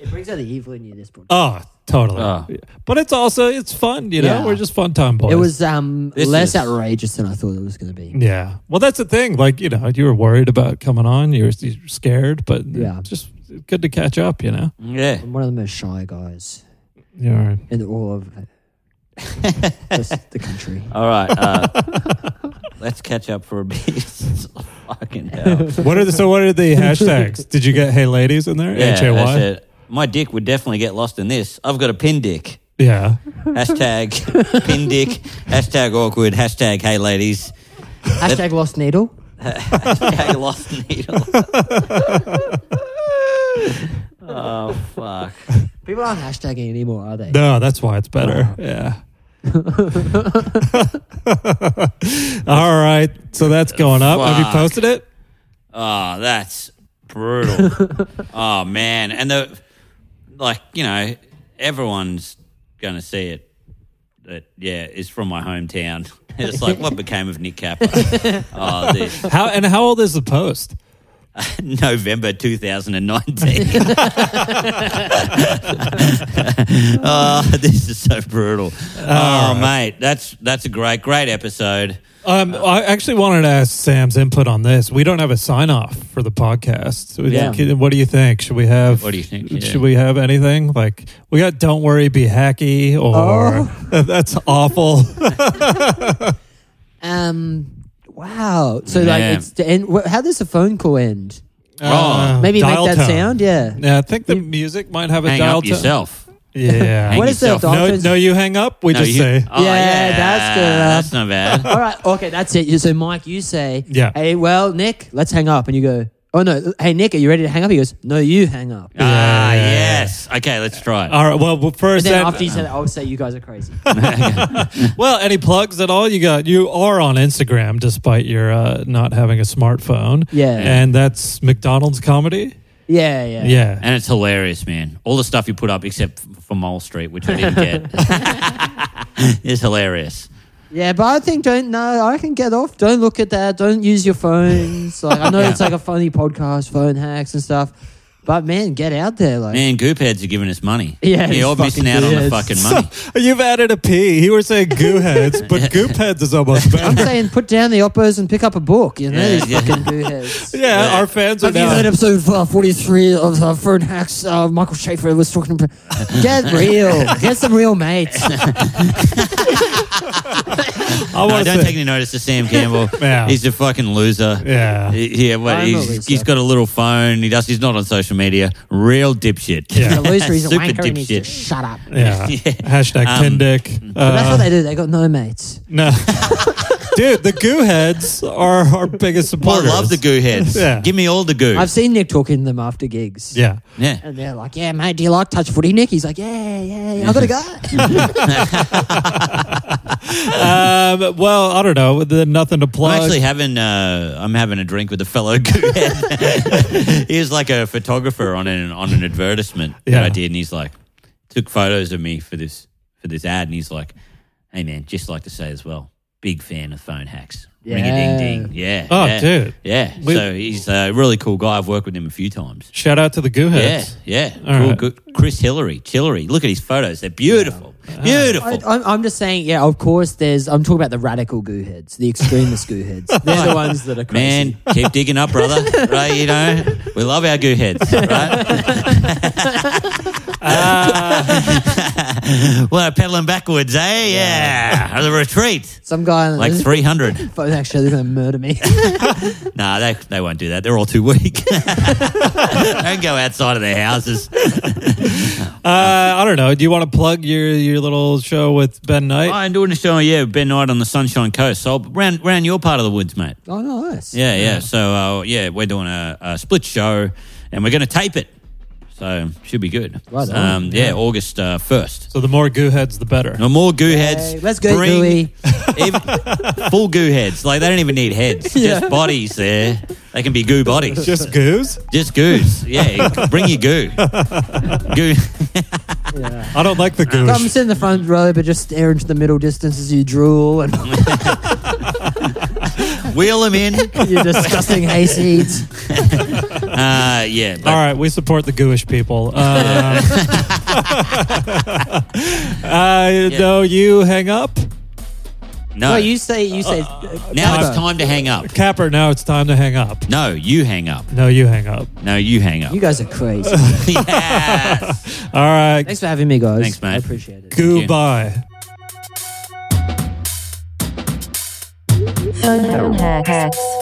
Speaker 4: it brings out the evil in you. This broadcast.
Speaker 2: Oh, totally.
Speaker 3: Oh.
Speaker 2: But it's also it's fun. You know,
Speaker 4: Yeah.
Speaker 2: we're just fun time boys.
Speaker 4: It was um
Speaker 3: This
Speaker 4: less
Speaker 3: is-
Speaker 4: outrageous than I thought it was going to be.
Speaker 2: Yeah. Well, that's the thing. Like, you know, you were worried about coming on, you were, you were scared, but
Speaker 4: Yeah.
Speaker 2: yeah. just good to catch up, you know?
Speaker 3: Yeah.
Speaker 4: I'm one of the most shy guys
Speaker 2: You're,
Speaker 4: in all of this- the country.
Speaker 3: All right. Uh, let's catch up for a bit. Fucking hell.
Speaker 2: what are the, so what are the hashtags? Did you get Hey Ladies in there?
Speaker 3: Yeah,
Speaker 2: H A
Speaker 3: that's
Speaker 2: Y?
Speaker 3: it. My dick would definitely get lost in this. I've got a pin dick.
Speaker 2: Yeah.
Speaker 3: Hashtag pin dick. Hashtag awkward. Hashtag hey ladies.
Speaker 4: Hashtag lost needle.
Speaker 3: Hashtag lost needle. oh fuck.
Speaker 4: People aren't hashtagging anymore, are they?
Speaker 2: No, that's why it's better.
Speaker 4: Oh.
Speaker 2: Yeah. All right. So that's going up. Have you
Speaker 3: Fuck.
Speaker 2: posted it?
Speaker 3: Oh, that's brutal. oh man. And the like, you know, everyone's gonna see it. That yeah, it's from my hometown. It's like what became of Nick Kappa? oh, this
Speaker 2: How and how old is the post?
Speaker 3: November 2019. oh, this is so brutal. oh, mate, that's that's a great, great episode.
Speaker 2: Um, I actually wanted to ask Sam's input on this. We don't have a sign off for the podcast. So we-
Speaker 4: Yeah.
Speaker 2: What do you think? Should we have?
Speaker 3: What do you think? Yeah.
Speaker 2: Should we have anything like we got? Don't worry, be hacky, or
Speaker 4: Oh.
Speaker 2: that's awful.
Speaker 4: Um. Wow. So like,
Speaker 3: Yeah.
Speaker 4: it's to end. wh- How does a phone call end?
Speaker 2: Uh,
Speaker 4: Maybe make
Speaker 2: dial
Speaker 4: that
Speaker 2: tone.
Speaker 4: sound. Yeah.
Speaker 2: Yeah, I think the music might have a
Speaker 3: Hang
Speaker 2: dial
Speaker 3: up
Speaker 2: tone.
Speaker 3: yourself.
Speaker 2: Yeah.
Speaker 3: Hang
Speaker 4: What is the
Speaker 3: yourself.
Speaker 4: dial
Speaker 2: no,
Speaker 4: tones-
Speaker 2: no, you hang up. We
Speaker 3: No,
Speaker 2: just
Speaker 3: you-
Speaker 2: say
Speaker 3: Oh,
Speaker 4: Yeah, that's good.
Speaker 3: That's not bad.
Speaker 4: All right. Okay, that's it. You- So Mike, you say,
Speaker 2: Yeah.
Speaker 4: Hey, well, Nick, let's hang up, and you go. Oh no. Hey, Nick, are you ready to hang up? He goes. No, you hang up.
Speaker 3: ah, yes. Okay, let's try it.
Speaker 2: all right. Well, well,
Speaker 4: And
Speaker 2: first,
Speaker 4: then
Speaker 2: and-
Speaker 4: after you say that, I'll say you guys are crazy.
Speaker 2: well, any plugs at all? You got you are on Instagram despite your uh, not having a smartphone.
Speaker 4: Yeah.
Speaker 2: and that's McDonald's comedy.
Speaker 4: yeah, yeah.
Speaker 2: Yeah,
Speaker 3: And it's hilarious, man. All the stuff you put up except f- for Mole Street, which I didn't get, is hilarious.
Speaker 4: Yeah, but I think don't no, I can get off. Don't look at that. Don't use your phones. Like I know it's like a funny podcast, phone hacks and stuff. But man, get out there, like
Speaker 3: Man, goopheads are giving us money.
Speaker 4: Yeah, these
Speaker 3: you're missing
Speaker 4: fucking
Speaker 3: out on the
Speaker 4: goopheads.
Speaker 3: fucking money.
Speaker 2: You've added a P. You were saying goo heads, but goop heads is almost
Speaker 4: I'm
Speaker 2: better.
Speaker 4: saying, put down the oppos and pick up a book. You know,
Speaker 3: Yeah,
Speaker 4: these
Speaker 3: yeah.
Speaker 4: fucking gooheads.
Speaker 2: Yeah, our fans are
Speaker 4: Have you heard
Speaker 2: now.
Speaker 4: episode uh, 43 of uh, Fern Hacks? Uh, Michael Schaefer was talking about. Get real. Get some real mates.
Speaker 2: I
Speaker 3: No,
Speaker 2: want
Speaker 3: don't
Speaker 2: to say,
Speaker 3: take any notice to Sam Campbell.
Speaker 2: Yeah.
Speaker 3: He's a fucking loser.
Speaker 2: yeah,
Speaker 3: He- Yeah, well,
Speaker 4: I'm a
Speaker 3: he's,
Speaker 4: loser.
Speaker 3: he's got a little phone. He does. He's not on social media. Real dipshit.
Speaker 2: Yeah.
Speaker 4: The loser is a
Speaker 3: Super
Speaker 4: wanker and he's
Speaker 3: dipshit.
Speaker 4: just shut up.
Speaker 2: yeah.
Speaker 3: Yeah.
Speaker 2: Hashtag
Speaker 3: Um,
Speaker 2: tin dick.
Speaker 4: But that's
Speaker 2: Uh,
Speaker 4: what they do. They got no mates.
Speaker 2: No. Dude, the goo heads are our biggest
Speaker 3: Well, I
Speaker 2: supporters.
Speaker 3: love the goo heads.
Speaker 2: Yeah.
Speaker 3: Give me all the goo.
Speaker 4: I've seen Nick talking to them after gigs.
Speaker 2: Yeah.
Speaker 3: yeah.
Speaker 4: And they're like, yeah, mate, do you like touch footy, Nick? He's like, yeah, yeah, yeah. I got to go.
Speaker 2: Um, well, I don't know. The, nothing to plug.
Speaker 3: I'm actually having uh, I'm having a drink with a fellow goo head. he was like a photographer on an on an advertisement that
Speaker 2: Yeah.
Speaker 3: I did, and he's like took photos of me for this for this ad, and he's like, "Hey man, just like to say as well, big fan of phone hacks. Ring a ding ding, yeah.
Speaker 2: Oh,
Speaker 3: yeah,
Speaker 2: dude.
Speaker 3: yeah.
Speaker 2: We-
Speaker 3: so he's a really cool guy. I've worked with him a few times.
Speaker 2: Shout out to the goo heads.
Speaker 3: Yeah, yeah.
Speaker 2: All
Speaker 3: cool,
Speaker 2: right.
Speaker 3: good. Chris Hillary, Chillery. Look at his photos. They're beautiful. Beautiful.
Speaker 4: I, I'm, I'm just saying, yeah, of course, there's. I'm talking about the radical goo heads, the extremist goo heads. They're the ones that are crazy.
Speaker 3: Man, keep digging up, brother. right, you know, we love our goo heads, right?
Speaker 2: Uh.
Speaker 3: well, pedaling backwards, eh? Yeah, the retreat,
Speaker 4: Some guy on
Speaker 3: like
Speaker 4: the
Speaker 3: three hundred.
Speaker 4: phone actually, they're going to murder me.
Speaker 3: Nah, they they won't do that. They're all too weak. Don't go outside of their houses.
Speaker 2: Uh, I don't know. Do you want to plug your, your little show with Ben Knight?
Speaker 3: I'm doing a show, yeah, Ben Knight on the Sunshine Coast. So round round your part of the woods, mate.
Speaker 4: oh, nice.
Speaker 3: Yeah, yeah. So uh, yeah, we're doing a, a split show, and we're going to tape it. So should be good.
Speaker 4: Right on.
Speaker 3: um, yeah, August first.
Speaker 2: so the more goo heads, the better.
Speaker 3: no more goo heads.
Speaker 4: Hey, let's go,
Speaker 3: Bring
Speaker 4: Gooey.
Speaker 3: even- full goo heads. Like they don't even need heads. Just bodies. There, they can be goo bodies. Just,
Speaker 2: Just goos?
Speaker 3: goos. Yeah, bring your goo. Goo.
Speaker 2: I don't like the
Speaker 4: Come
Speaker 2: goos.
Speaker 4: sit in the front row, but just stare into the middle distance as you drool and
Speaker 3: Wheel them in.
Speaker 4: your disgusting hayseeds.
Speaker 3: Uh, yeah. but-
Speaker 2: All right, we support the gooish people. Um, uh, No, you hang up.
Speaker 3: No.
Speaker 4: No, you say you say.
Speaker 3: Uh, now
Speaker 4: Kappa.
Speaker 3: it's time to hang up.
Speaker 2: Capper, now it's time to hang up.
Speaker 3: No, you hang up.
Speaker 2: No, you hang up.
Speaker 3: No, you hang up.
Speaker 4: You guys are crazy.
Speaker 3: yes.
Speaker 2: All right,
Speaker 4: Thanks for having me, guys.
Speaker 3: Thanks, mate.
Speaker 4: I appreciate it.
Speaker 3: you.
Speaker 2: goodbye.
Speaker 1: Phone hacks.